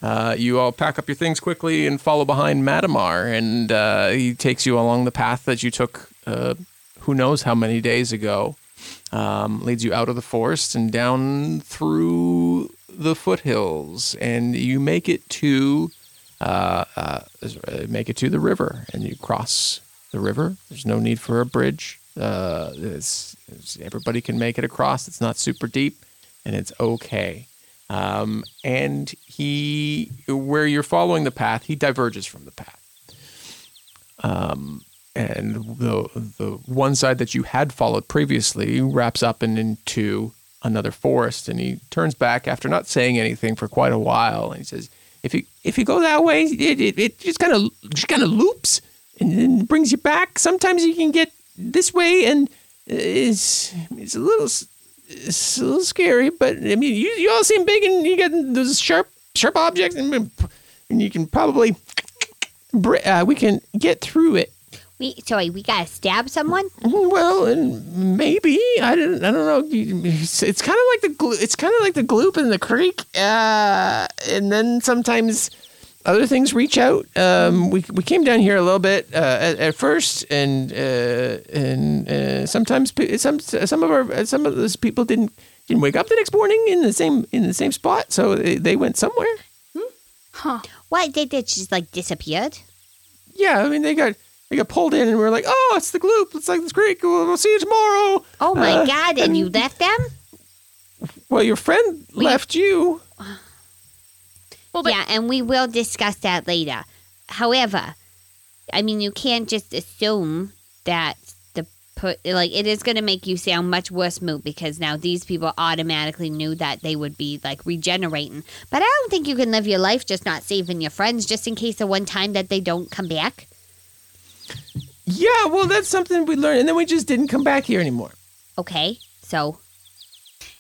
Speaker 3: Uh, you all pack up your things quickly and follow behind Matamar, and uh, he takes you along the path that you took uh, who knows how many days ago. Um, leads you out of the forest and down through the foothills, and you make it to uh, uh, make it to the river, and you cross the river. There's no need for a bridge. Uh, it's, it's- everybody can make it across. It's not super deep, and it's okay. Um, and he, where you're following the path, he diverges from the path. Um, and the the one side that you had followed previously wraps up and into another forest, and he turns back after not saying anything for quite a while, and he says, "If you if you go that way, it it, it just kind of just kind of loops and then brings you back. Sometimes you can get this way, and it's it's a little." s- it's a little scary, but I mean, you, you all seem big and you got those sharp, sharp objects, and, and you can probably, br- uh, we can get through it.
Speaker 5: We Sorry, we got to stab someone?
Speaker 3: Mm, Well, and maybe I don't, I don't know. You- It's, it's kind of like the, glo- it's kind of like the gloop in the creek, uh, and then sometimes other things reach out. Um, we we came down here a little bit uh, at, at first, and uh, and uh, sometimes pe- some some of our some of those people didn't didn't wake up the next morning in the same in the same spot, so they, they went somewhere.
Speaker 5: Why did they just like disappeared?
Speaker 3: Yeah, I mean they got they got pulled in, and we were like, oh, it's the gloop, it's like this creek. We'll, we'll see you tomorrow.
Speaker 5: Oh my
Speaker 3: Uh,
Speaker 5: God, and you left them?
Speaker 3: Well, your friend left you.
Speaker 1: Well, but
Speaker 5: yeah, and we will discuss that later. However, I mean, you can't just assume that the put like it is going to make you sound much worse mood because now these people automatically knew that they would be like regenerating. But I don't think you can live your life just not saving your friends just in case the one time that they don't come back.
Speaker 3: Yeah, well, that's something we learned, and then we just didn't come back here anymore.
Speaker 5: Okay, so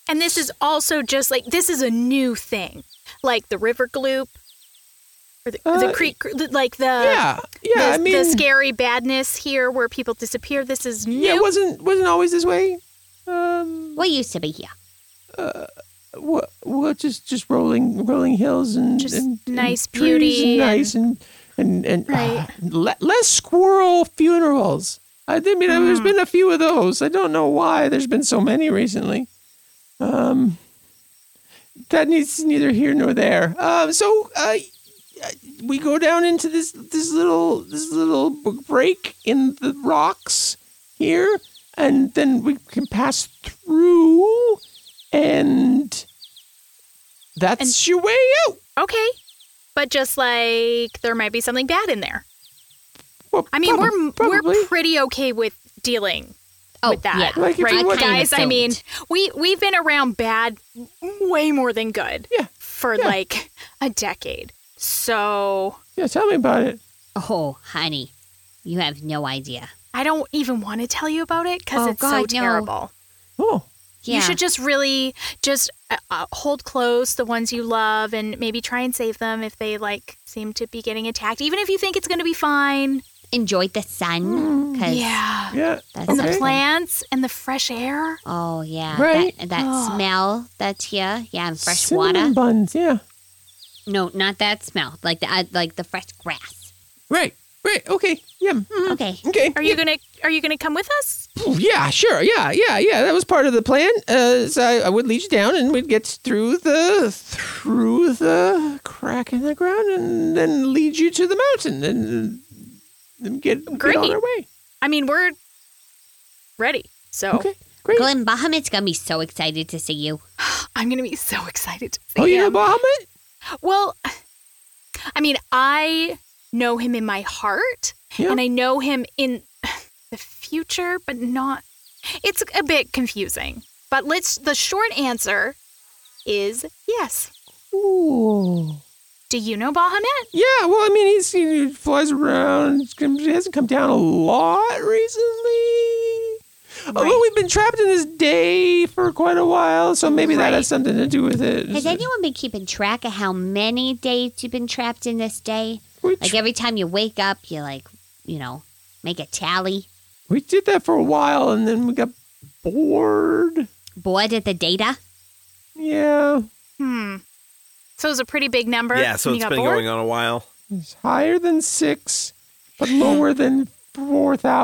Speaker 1: and this is also just like this is a new thing, like the river gloop, or the,
Speaker 3: Uh,
Speaker 1: the creek, like the
Speaker 3: yeah, yeah.
Speaker 1: the,
Speaker 3: I mean,
Speaker 1: the scary badness here where people disappear. This is new.
Speaker 3: yeah, it wasn't wasn't always this way. Um,
Speaker 5: what used to be here?
Speaker 3: what what Uh, just just rolling rolling hills and
Speaker 1: Just
Speaker 3: and- and
Speaker 1: nice
Speaker 3: trees
Speaker 1: beauty
Speaker 3: and
Speaker 1: and-
Speaker 3: nice and and and
Speaker 1: Right.
Speaker 3: ah, le- less squirrel funerals.
Speaker 8: I did mean, I- there's
Speaker 1: Mm.
Speaker 8: been a few of those. I don't know why there's been so many recently. Um, that needs neither here nor there. Um, so uh, we go down into this this little this little b- break in the rocks here, and then we can pass through, and that's your way out.
Speaker 1: Okay. But just like there might be something bad in there.
Speaker 8: Well,
Speaker 1: I mean,
Speaker 8: prob-
Speaker 1: we're
Speaker 8: probably.
Speaker 1: we're pretty okay with dealing with that.
Speaker 5: Oh, yeah.
Speaker 8: Like if
Speaker 1: right,
Speaker 8: you went-
Speaker 1: guys, I
Speaker 5: don't.
Speaker 1: mean, we we've been around bad way more than good
Speaker 8: Yeah,
Speaker 1: for like a decade. So,
Speaker 8: yeah. Tell me about it.
Speaker 5: Oh, honey, you have no idea.
Speaker 1: I don't even want to tell you about it cuz
Speaker 5: Oh,
Speaker 1: it's so
Speaker 5: God, no.
Speaker 1: terrible.
Speaker 8: Oh,
Speaker 5: Yeah.
Speaker 1: You should just really just uh, uh, hold close the ones you love and maybe try and save them if they like seem to be getting attacked, even if you think it's going to be fine. Mm,
Speaker 5: enjoy the sun because
Speaker 1: Yeah.
Speaker 8: yeah.
Speaker 5: that's
Speaker 1: And
Speaker 8: okay.
Speaker 1: the plants and the fresh air.
Speaker 5: Oh yeah,
Speaker 8: Right. Ah.
Speaker 5: that, that smell that's here. Yeah, and fresh
Speaker 8: Cinnamon
Speaker 5: water.
Speaker 8: buns. Yeah.
Speaker 5: No, not that smell. Like the uh, like the fresh grass.
Speaker 8: Right. Right. Okay. Yeah. mhm,
Speaker 5: Okay.
Speaker 8: Okay.
Speaker 1: Are you gonna Are you gonna come with us?
Speaker 8: Phew, Yeah, sure. Yeah, yeah, yeah. That was part of the plan. Uh, so I, I would lead you down, and we'd get through the through the crack in the ground, and then lead you to the mountain, and, and get, get on
Speaker 1: Great.
Speaker 8: our way.
Speaker 1: I mean, we're ready. So
Speaker 8: Okay, great.
Speaker 5: Glenn Bahamut's gonna be so excited to see you.
Speaker 1: I'm gonna be so excited to see
Speaker 8: oh, you know
Speaker 1: him.
Speaker 8: Bahamut?
Speaker 1: Well, I mean, I know him in my heart,
Speaker 8: Yeah.
Speaker 1: and I know him in the future, but not. It's a bit confusing. But let's. The short answer is yes.
Speaker 8: Ooh.
Speaker 1: Do you know Bahamut?
Speaker 8: Yeah. Well, I mean, he's, he flies around. He hasn't come down a lot recently. Although
Speaker 1: Right.
Speaker 8: we've been trapped in this day for quite a while, so maybe that has something to do with it.
Speaker 5: Has anyone been keeping track of how many days you've been trapped in this day?
Speaker 8: We
Speaker 5: Like every time you wake up, you like, you know, make a tally.
Speaker 8: We did that for a while and then we got bored.
Speaker 5: Bored at the data?
Speaker 8: Yeah.
Speaker 1: Hmm. So it was a pretty big number.
Speaker 4: Yeah, so
Speaker 1: and you
Speaker 4: it's
Speaker 1: got
Speaker 4: been
Speaker 1: bored?
Speaker 4: going on a while.
Speaker 8: It's higher than six, but lower than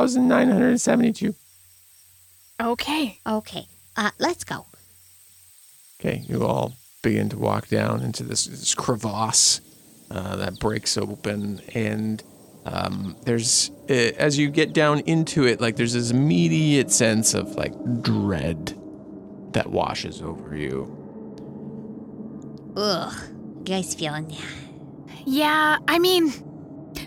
Speaker 8: 4,972.
Speaker 1: Okay.
Speaker 5: Okay. Uh, let's go.
Speaker 3: Okay, you all begin to walk down into this, this crevasse uh, that breaks open, and um, there's uh, as you get down into it, like there's this immediate sense of like dread that washes over you.
Speaker 5: Ugh. You guys feeling that?
Speaker 1: Yeah, I mean,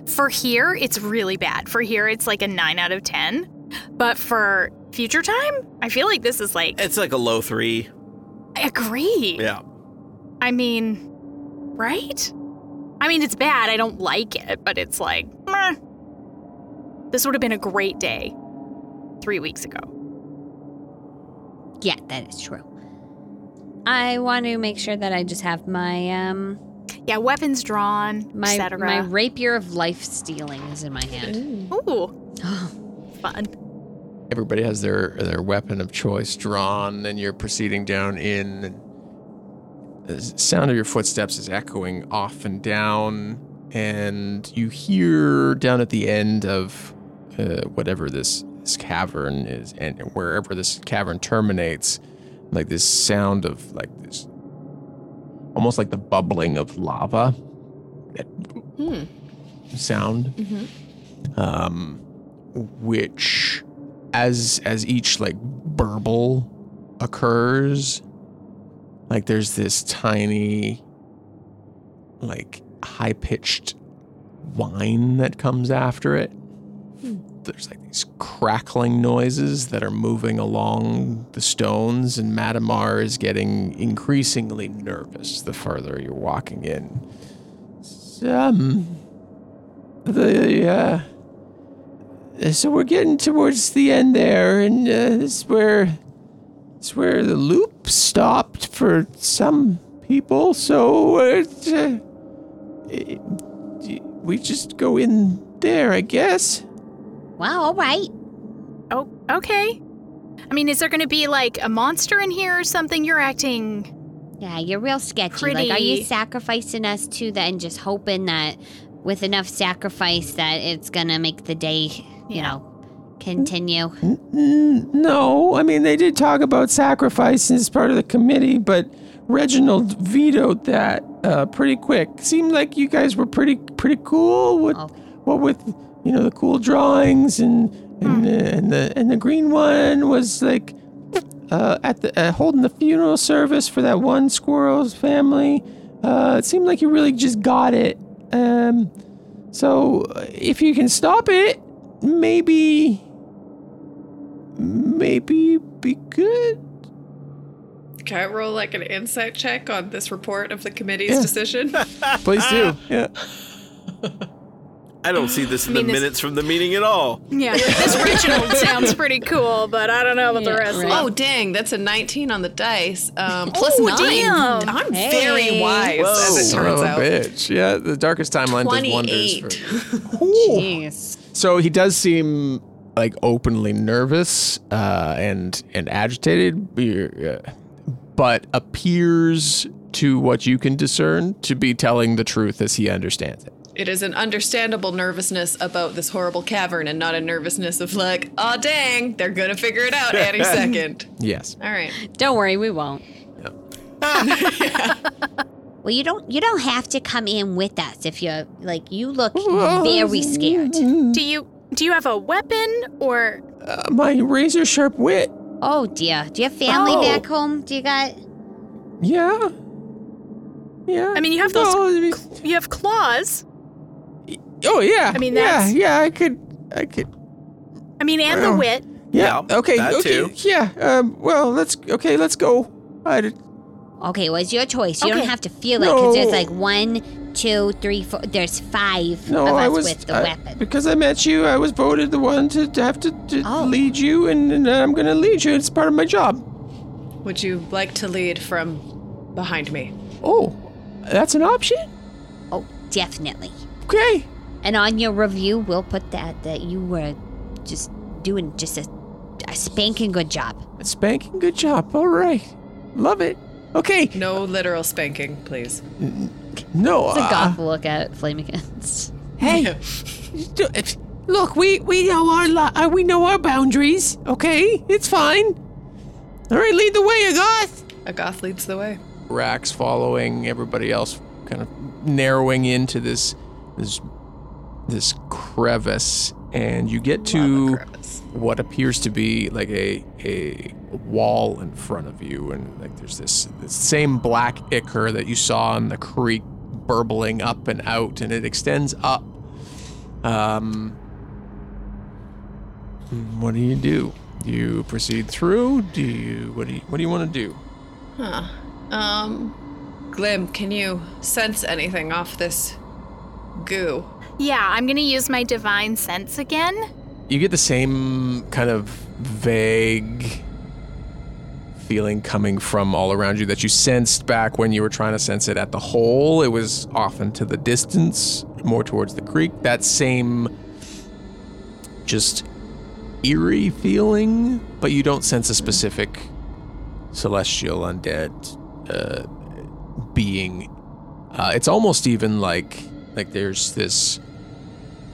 Speaker 1: for here, it's really bad. For here, it's like a 9 out of 10. But for future time, I feel like this is like.
Speaker 4: It's like a low three.
Speaker 1: I agree.
Speaker 4: Yeah.
Speaker 1: I mean, right? I mean, it's bad. I don't like it, but it's like, meh. This would have been a great day three weeks ago.
Speaker 5: Yeah, that is true. I want to make sure that I just have my um
Speaker 1: Yeah, weapons drawn,
Speaker 2: My
Speaker 1: etc.
Speaker 2: my rapier of life stealing is in my hand.
Speaker 1: Ooh, fun.
Speaker 3: Everybody has their their weapon of choice drawn, and you're proceeding down in. and The s- sound of your footsteps is echoing off and down, and you hear down at the end of uh, whatever this, this cavern is, and wherever this cavern terminates, like this sound of like this, almost like the bubbling of lava. That Sound um, which as as each like burble occurs like there's this tiny like high-pitched whine that comes after it there's like these crackling noises that are moving along the stones and Matamar is getting increasingly nervous the further you're walking in
Speaker 8: Um, the, uh, so we're getting towards the end there, and uh, this is where, this is where the loop stopped for some people, so it, uh, it, we just go in there, I guess.
Speaker 5: Well, all right.
Speaker 1: Oh, okay. I mean, is there going to be like a monster in here or something? You're acting.
Speaker 5: Yeah, you're real sketchy. Like, are
Speaker 1: Pretty-
Speaker 5: you sacrificing us to that and just hoping that with enough sacrifice that it's gonna make the day, you
Speaker 1: Yeah.
Speaker 5: know, Continue.
Speaker 8: No, I mean, they did talk about sacrifice as part of the committee, but Reginald vetoed that uh, pretty quick. Seemed like you guys were pretty pretty cool with what with you know the cool drawings and and, the, and the and the green one was like uh, at the uh, holding the funeral service for that one squirrel's family. Uh, it seemed like you really just got it. Um, so uh, if you can stop it, maybe maybe be good.
Speaker 6: Can I roll like an insight check on this report of the committee's decision?
Speaker 3: Please do.
Speaker 8: Yeah.
Speaker 4: Ah! I don't see this in
Speaker 1: mean,
Speaker 4: the
Speaker 1: this-
Speaker 4: minutes from the meeting at all.
Speaker 1: Yeah, this Reginald sounds pretty cool, but I don't know about the rest.
Speaker 6: oh, dang, that's a 19 on the dice. Um, plus nine.
Speaker 1: damn.
Speaker 6: I'm very wise, as it
Speaker 3: Son
Speaker 6: turns
Speaker 3: of a
Speaker 6: out.
Speaker 3: bitch. Yeah, the darkest timeline does wonders.
Speaker 6: 28.
Speaker 3: For, So he does seem like openly nervous uh, and and agitated, uh, but appears to what you can discern to be telling the truth as he understands it.
Speaker 6: It is an understandable nervousness about this horrible cavern and not a nervousness of like, oh dang, they're gonna figure it out any second.
Speaker 3: Yes.
Speaker 6: All right.
Speaker 2: Don't worry, we won't.
Speaker 5: Well, you don't you don't have to come in with us if you're like you look very scared.
Speaker 1: Do you do you have a weapon or
Speaker 8: Uh, my razor sharp wit.
Speaker 5: Oh dear. Do you have family
Speaker 8: Oh.
Speaker 5: back home? Do you got
Speaker 8: Yeah. Yeah. Oh,
Speaker 1: I mean, you have those
Speaker 8: Well, I mean-
Speaker 1: you have claws?
Speaker 8: oh yeah.
Speaker 1: I mean,
Speaker 8: yeah,
Speaker 1: that's-
Speaker 8: yeah. I could. I could.
Speaker 1: I mean, and the
Speaker 8: Well,
Speaker 1: wit.
Speaker 8: Yeah.
Speaker 4: Yeah,
Speaker 8: okay.
Speaker 4: that
Speaker 8: okay.
Speaker 4: too.
Speaker 8: Yeah. Um. Well, let's. Okay. Let's go. I. did-
Speaker 5: Okay, well it's your choice. You don't
Speaker 1: Okay.
Speaker 5: have to feel it because
Speaker 8: No.
Speaker 5: there's like one, two, three, four there's five
Speaker 8: No,
Speaker 5: of us
Speaker 8: I was
Speaker 5: with the
Speaker 8: I-
Speaker 5: weapon.
Speaker 8: because I met you. I was voted the one to, to have to, to
Speaker 5: Oh.
Speaker 8: lead you, and, and I'm gonna lead you. It's part of my job.
Speaker 6: Would you like to lead from behind me?
Speaker 8: Oh, that's an option.
Speaker 5: Oh, definitely.
Speaker 8: Okay.
Speaker 5: And on your review we'll put that that you were just doing just a, a spanking good job.
Speaker 8: Spanking. Good job. All right. Love it. Okay.
Speaker 6: No literal spanking, please.
Speaker 8: No.
Speaker 2: It's a
Speaker 8: uh,
Speaker 2: goth look at Flamekins.
Speaker 8: Hey, do- if- look, we we know our li- uh, we know our boundaries. Okay, it's fine. All right, lead the way, Agoth.
Speaker 6: A goth leads the way.
Speaker 3: Rax following everybody else, kind of narrowing into this this this crevice, and you get to what appears to be like a a wall in front of you, and like there's this, this same black ichor that you saw in the creek, burbling up and out, and it extends up. Um, what do you do? Do you proceed through? Do you what do you what do you want to do?
Speaker 6: Huh. Um, Glim, can you sense anything off this goo?
Speaker 1: Yeah, I'm gonna use my divine sense again.
Speaker 3: you get the same kind of vague feeling coming from all around you that you sensed back when you were trying to sense it at the hole. It was off into the distance, more towards the creek. That same just eerie feeling, but you don't sense a specific celestial undead uh, being. Uh, it's almost even like like there's this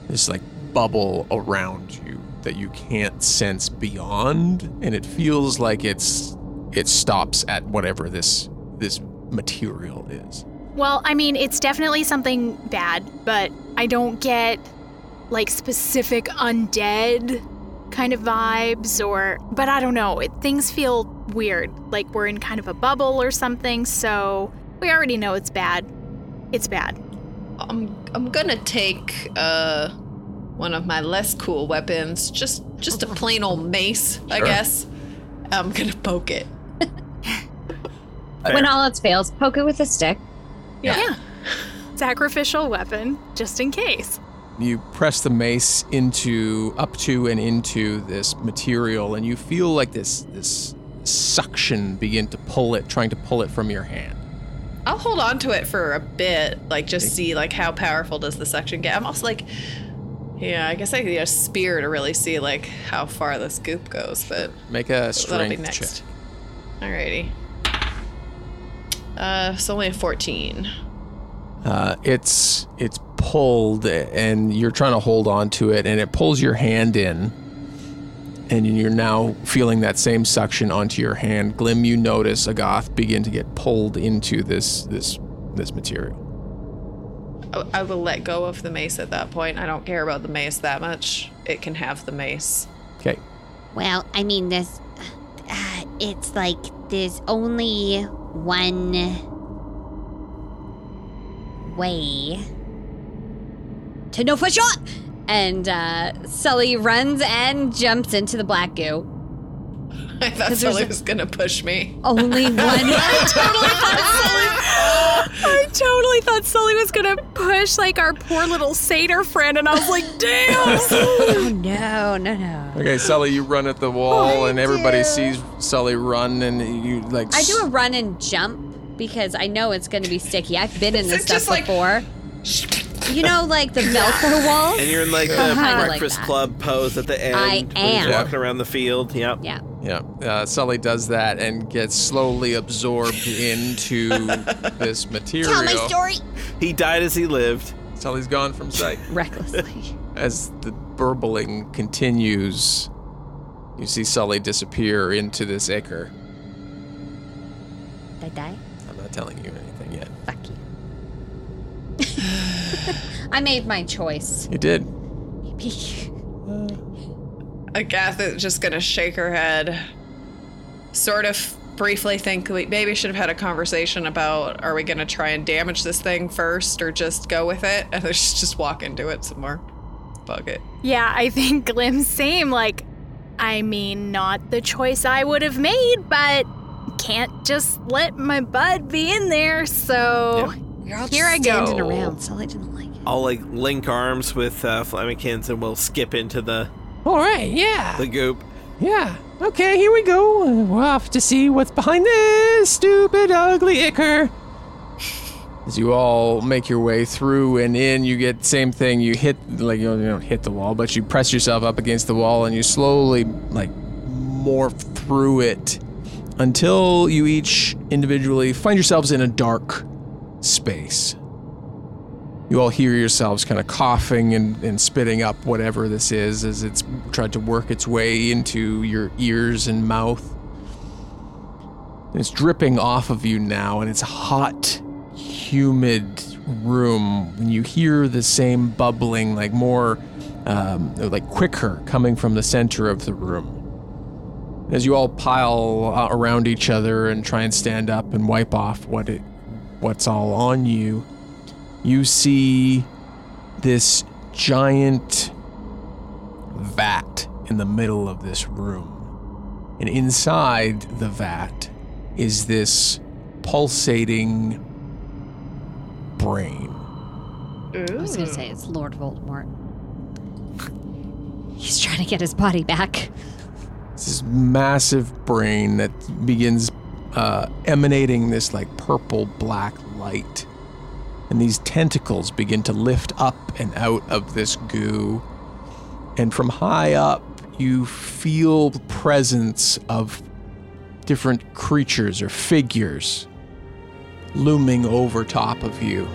Speaker 3: this like bubble around you that you can't sense beyond and it feels like it's it stops at whatever this this material is
Speaker 1: Well, I mean, it's definitely something bad, but I don't get like specific undead kind of vibes or but I don't know, it, things feel weird, like we're in kind of a bubble or something, so we already know it's bad. It's bad.
Speaker 6: I'm I'm gonna take uh one of my less cool weapons, just just a plain old mace, I
Speaker 3: Sure.
Speaker 6: guess. I'm gonna poke it.
Speaker 2: When all else fails, poke it with a stick.
Speaker 1: Sacrificial weapon, just in case.
Speaker 3: you press the mace into up to and into this material and you feel like this this suction begin to pull it trying to pull it from your hand
Speaker 6: I'll hold on to it for a bit, like just see like how powerful does the suction get. I'm also like, yeah, I guess I need a spear to really see like how far this goop goes, but
Speaker 3: make a
Speaker 6: that'll be
Speaker 3: strength
Speaker 6: next.
Speaker 3: check
Speaker 6: Alrighty. Uh, it's only a 14.
Speaker 3: Uh, it's it's pulled, and you're trying to hold on to it, and it pulls your hand in, and you're now feeling that same suction onto your hand. Glim, you notice a goth begin to get pulled into this this this material.
Speaker 6: I I will let go of the mace at that point. I don't care about the mace that much. It can have the mace.
Speaker 3: Okay.
Speaker 5: Well, I mean, this. Uh, it's like there's only one way to know for sure.
Speaker 2: And uh, Sully runs and jumps into the black goo.
Speaker 6: I thought Sully was gonna push me.
Speaker 2: Only one.
Speaker 1: I totally thought Sully was gonna push like our poor little satyr friend, and I was like, damn.
Speaker 2: no, no, no.
Speaker 3: Okay, Sully, you run at the
Speaker 2: Oh,
Speaker 3: wall, and everybody sees Sully run, and you like.
Speaker 2: I do a run and jump because I know it's going to be sticky. I've been in this
Speaker 6: It's just
Speaker 2: stuff
Speaker 6: like-
Speaker 2: before. You know, like the Velcro wall.
Speaker 4: And you're in like the
Speaker 2: Kinda Uh-huh. like
Speaker 4: breakfast
Speaker 2: that.
Speaker 4: club pose at the end.
Speaker 2: I
Speaker 4: when he's
Speaker 2: am.
Speaker 4: walking around the field. Yep.
Speaker 2: Yeah.
Speaker 3: Yeah, uh, Sully does that and gets slowly absorbed into this material.
Speaker 5: Tell my story.
Speaker 4: He died as he lived.
Speaker 3: Sully's gone from sight.
Speaker 2: recklessly.
Speaker 3: As the burbling continues, you see Sully disappear into this acre.
Speaker 5: Did I die?
Speaker 3: I'm not telling you anything yet.
Speaker 2: Fuck you. I made my choice.
Speaker 3: You did.
Speaker 6: Agatha is just gonna shake her head. Sort of briefly think we maybe should have had a conversation about are we gonna try and damage this thing first or just go with it? And then she just walk into it some more. Fuck it.
Speaker 1: yeah, I think Glim same. Like, I mean, not the choice I would have made, but can't just let my bud be in there. So here I go.
Speaker 2: Standing around, Sully didn't like it.
Speaker 4: I'll like link arms with uh, Flamikins and we'll skip into the
Speaker 8: All right, yeah.
Speaker 4: the goop.
Speaker 8: Yeah. Okay, here we go. Uh, We're off to see what's behind this stupid, ugly ichor.
Speaker 3: As you all make your way through and in, you get same thing. You hit like you don't- you don't hit the wall, but you press yourself up against the wall and you slowly like morph through it until you each individually find yourselves in a dark space. You all hear yourselves kind of coughing and, and spitting up whatever this is as it's tried to work its way into your ears and mouth. And it's dripping off of you now, and it's a hot, humid room. And you hear the same bubbling, like more, um, like quicker, coming from the center of the room. As you all pile uh, around each other and try and stand up and wipe off what it, what's all on you, you see this giant vat in the middle of this room. And inside the vat is this pulsating brain.
Speaker 2: I was going to say it's Lord Voldemort. He's trying to get his body back.
Speaker 3: It's this massive brain that begins uh, emanating this like purple black light. And these tentacles begin to lift up and out of this goo. And from high up, you feel the presence of different creatures or figures looming over top of you.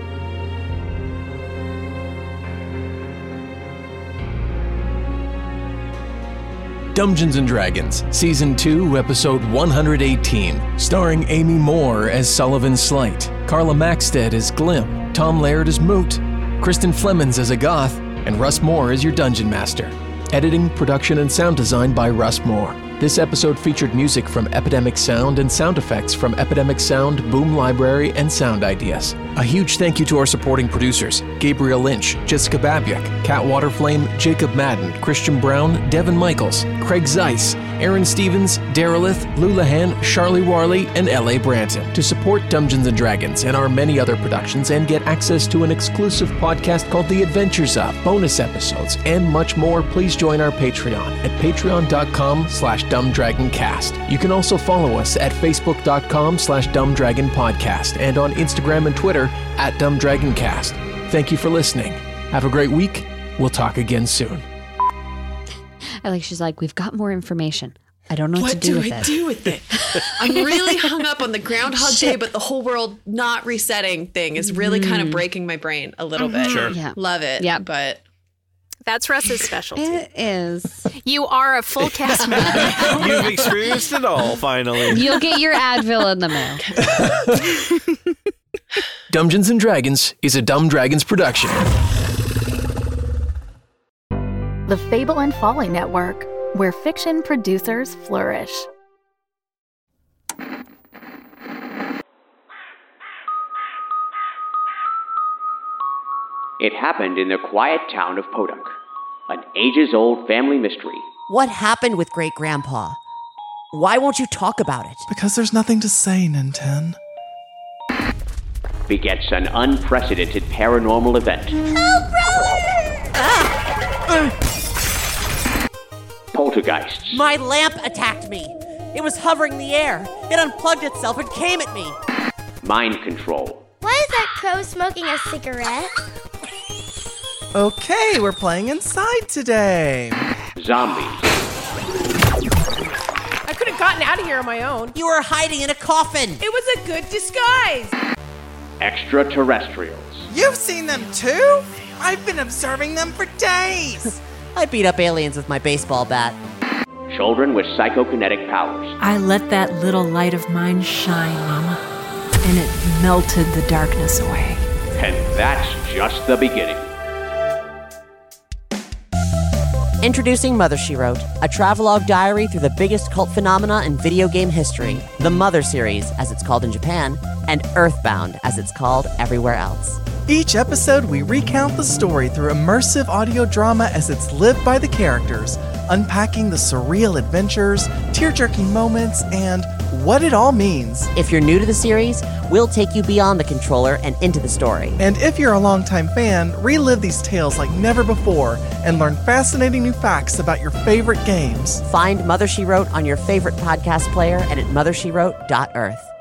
Speaker 3: Dungeons and Dragons, Season 2, Episode 118, starring Amy Moore as Sullivan Slight, Carla Maxted as Glim, Tom Laird as Moot, Kristen Flemons as a Goth, and Russ Moore as your Dungeon Master. Editing, production, and sound design by Russ Moore. This episode featured music from Epidemic Sound and sound effects from Epidemic Sound, Boom Library, and Sound Ideas. A huge thank you to our supporting producers Gabriel Lynch, Jessica Babiak, Kat Waterflame, Jacob Madden, Christian Brown, Devin Michaels, Craig Zeiss, Aaron Stevens, Derelith, Lulahan, Charlie Warley, and L.A. Branton. To support Dungeons and Dragons and our many other productions and get access to an exclusive podcast called The Adventures Of, bonus episodes, and much more, please join our Patreon at patreon.com slash dumbdragoncast. You can also follow us at facebook.com slash dumbdragonpodcast and on Instagram and Twitter at dumbdragoncast. Thank you for listening. Have a great week. We'll talk again soon.
Speaker 2: I like, she's like, we've got more information. I don't know what, to do, with this.
Speaker 6: do with it? I'm really hung up on the Groundhog Day, but the whole world not resetting thing is really kind of breaking my brain a little bit. Sure.
Speaker 2: Yeah.
Speaker 6: Love it.
Speaker 2: Yeah.
Speaker 6: But
Speaker 1: That's Russ's specialty.
Speaker 2: It is.
Speaker 1: You are a full cast member.
Speaker 4: You've experienced it all finally.
Speaker 2: You'll get your Advil in the mail.
Speaker 3: Dungeons and Dragons is a Dumb Dragons production.
Speaker 9: The Fable and Folly Network, where fiction producers flourish.
Speaker 10: It happened in the quiet town of Podunk, an ages old family mystery.
Speaker 11: What happened with great grandpa? Why won't you talk about it?
Speaker 12: Because there's nothing to say, Nintendo.
Speaker 10: Begets an unprecedented paranormal event.
Speaker 11: Ah!
Speaker 10: Poltergeists,
Speaker 11: My lamp attacked me. It was hovering in the air. It unplugged itself and came at me.
Speaker 10: mind control,
Speaker 7: Why is that crow smoking a cigarette?
Speaker 12: Okay, we're playing inside today.
Speaker 10: zombies,
Speaker 7: I could have gotten out of here on my own.
Speaker 11: You were hiding in a coffin.
Speaker 7: It was a good disguise.
Speaker 10: extraterrestrials,
Speaker 12: You've seen them too? I've been observing them for days.
Speaker 11: I beat up aliens with my baseball bat.
Speaker 10: children with psychokinetic powers,
Speaker 7: I let that little light of mine shine, Mama, and it melted the darkness away.
Speaker 10: and that's just the beginning.
Speaker 11: Introducing Mother She Wrote, a travelogue diary through the biggest cult phenomena in video game history, the Mother series, as it's called in Japan, and Earthbound, as it's called everywhere else.
Speaker 12: Each episode, we recount the story through immersive audio drama as it's lived by the characters, unpacking the surreal adventures, tear jerking moments, and what it all means.
Speaker 11: If you're new to the series, we'll take you beyond the controller and into the story.
Speaker 12: And if you're a longtime fan, relive these tales like never before and learn fascinating new facts about your favorite games.
Speaker 11: Find Mother She Wrote on your favorite podcast player and at mothershewrote.earth.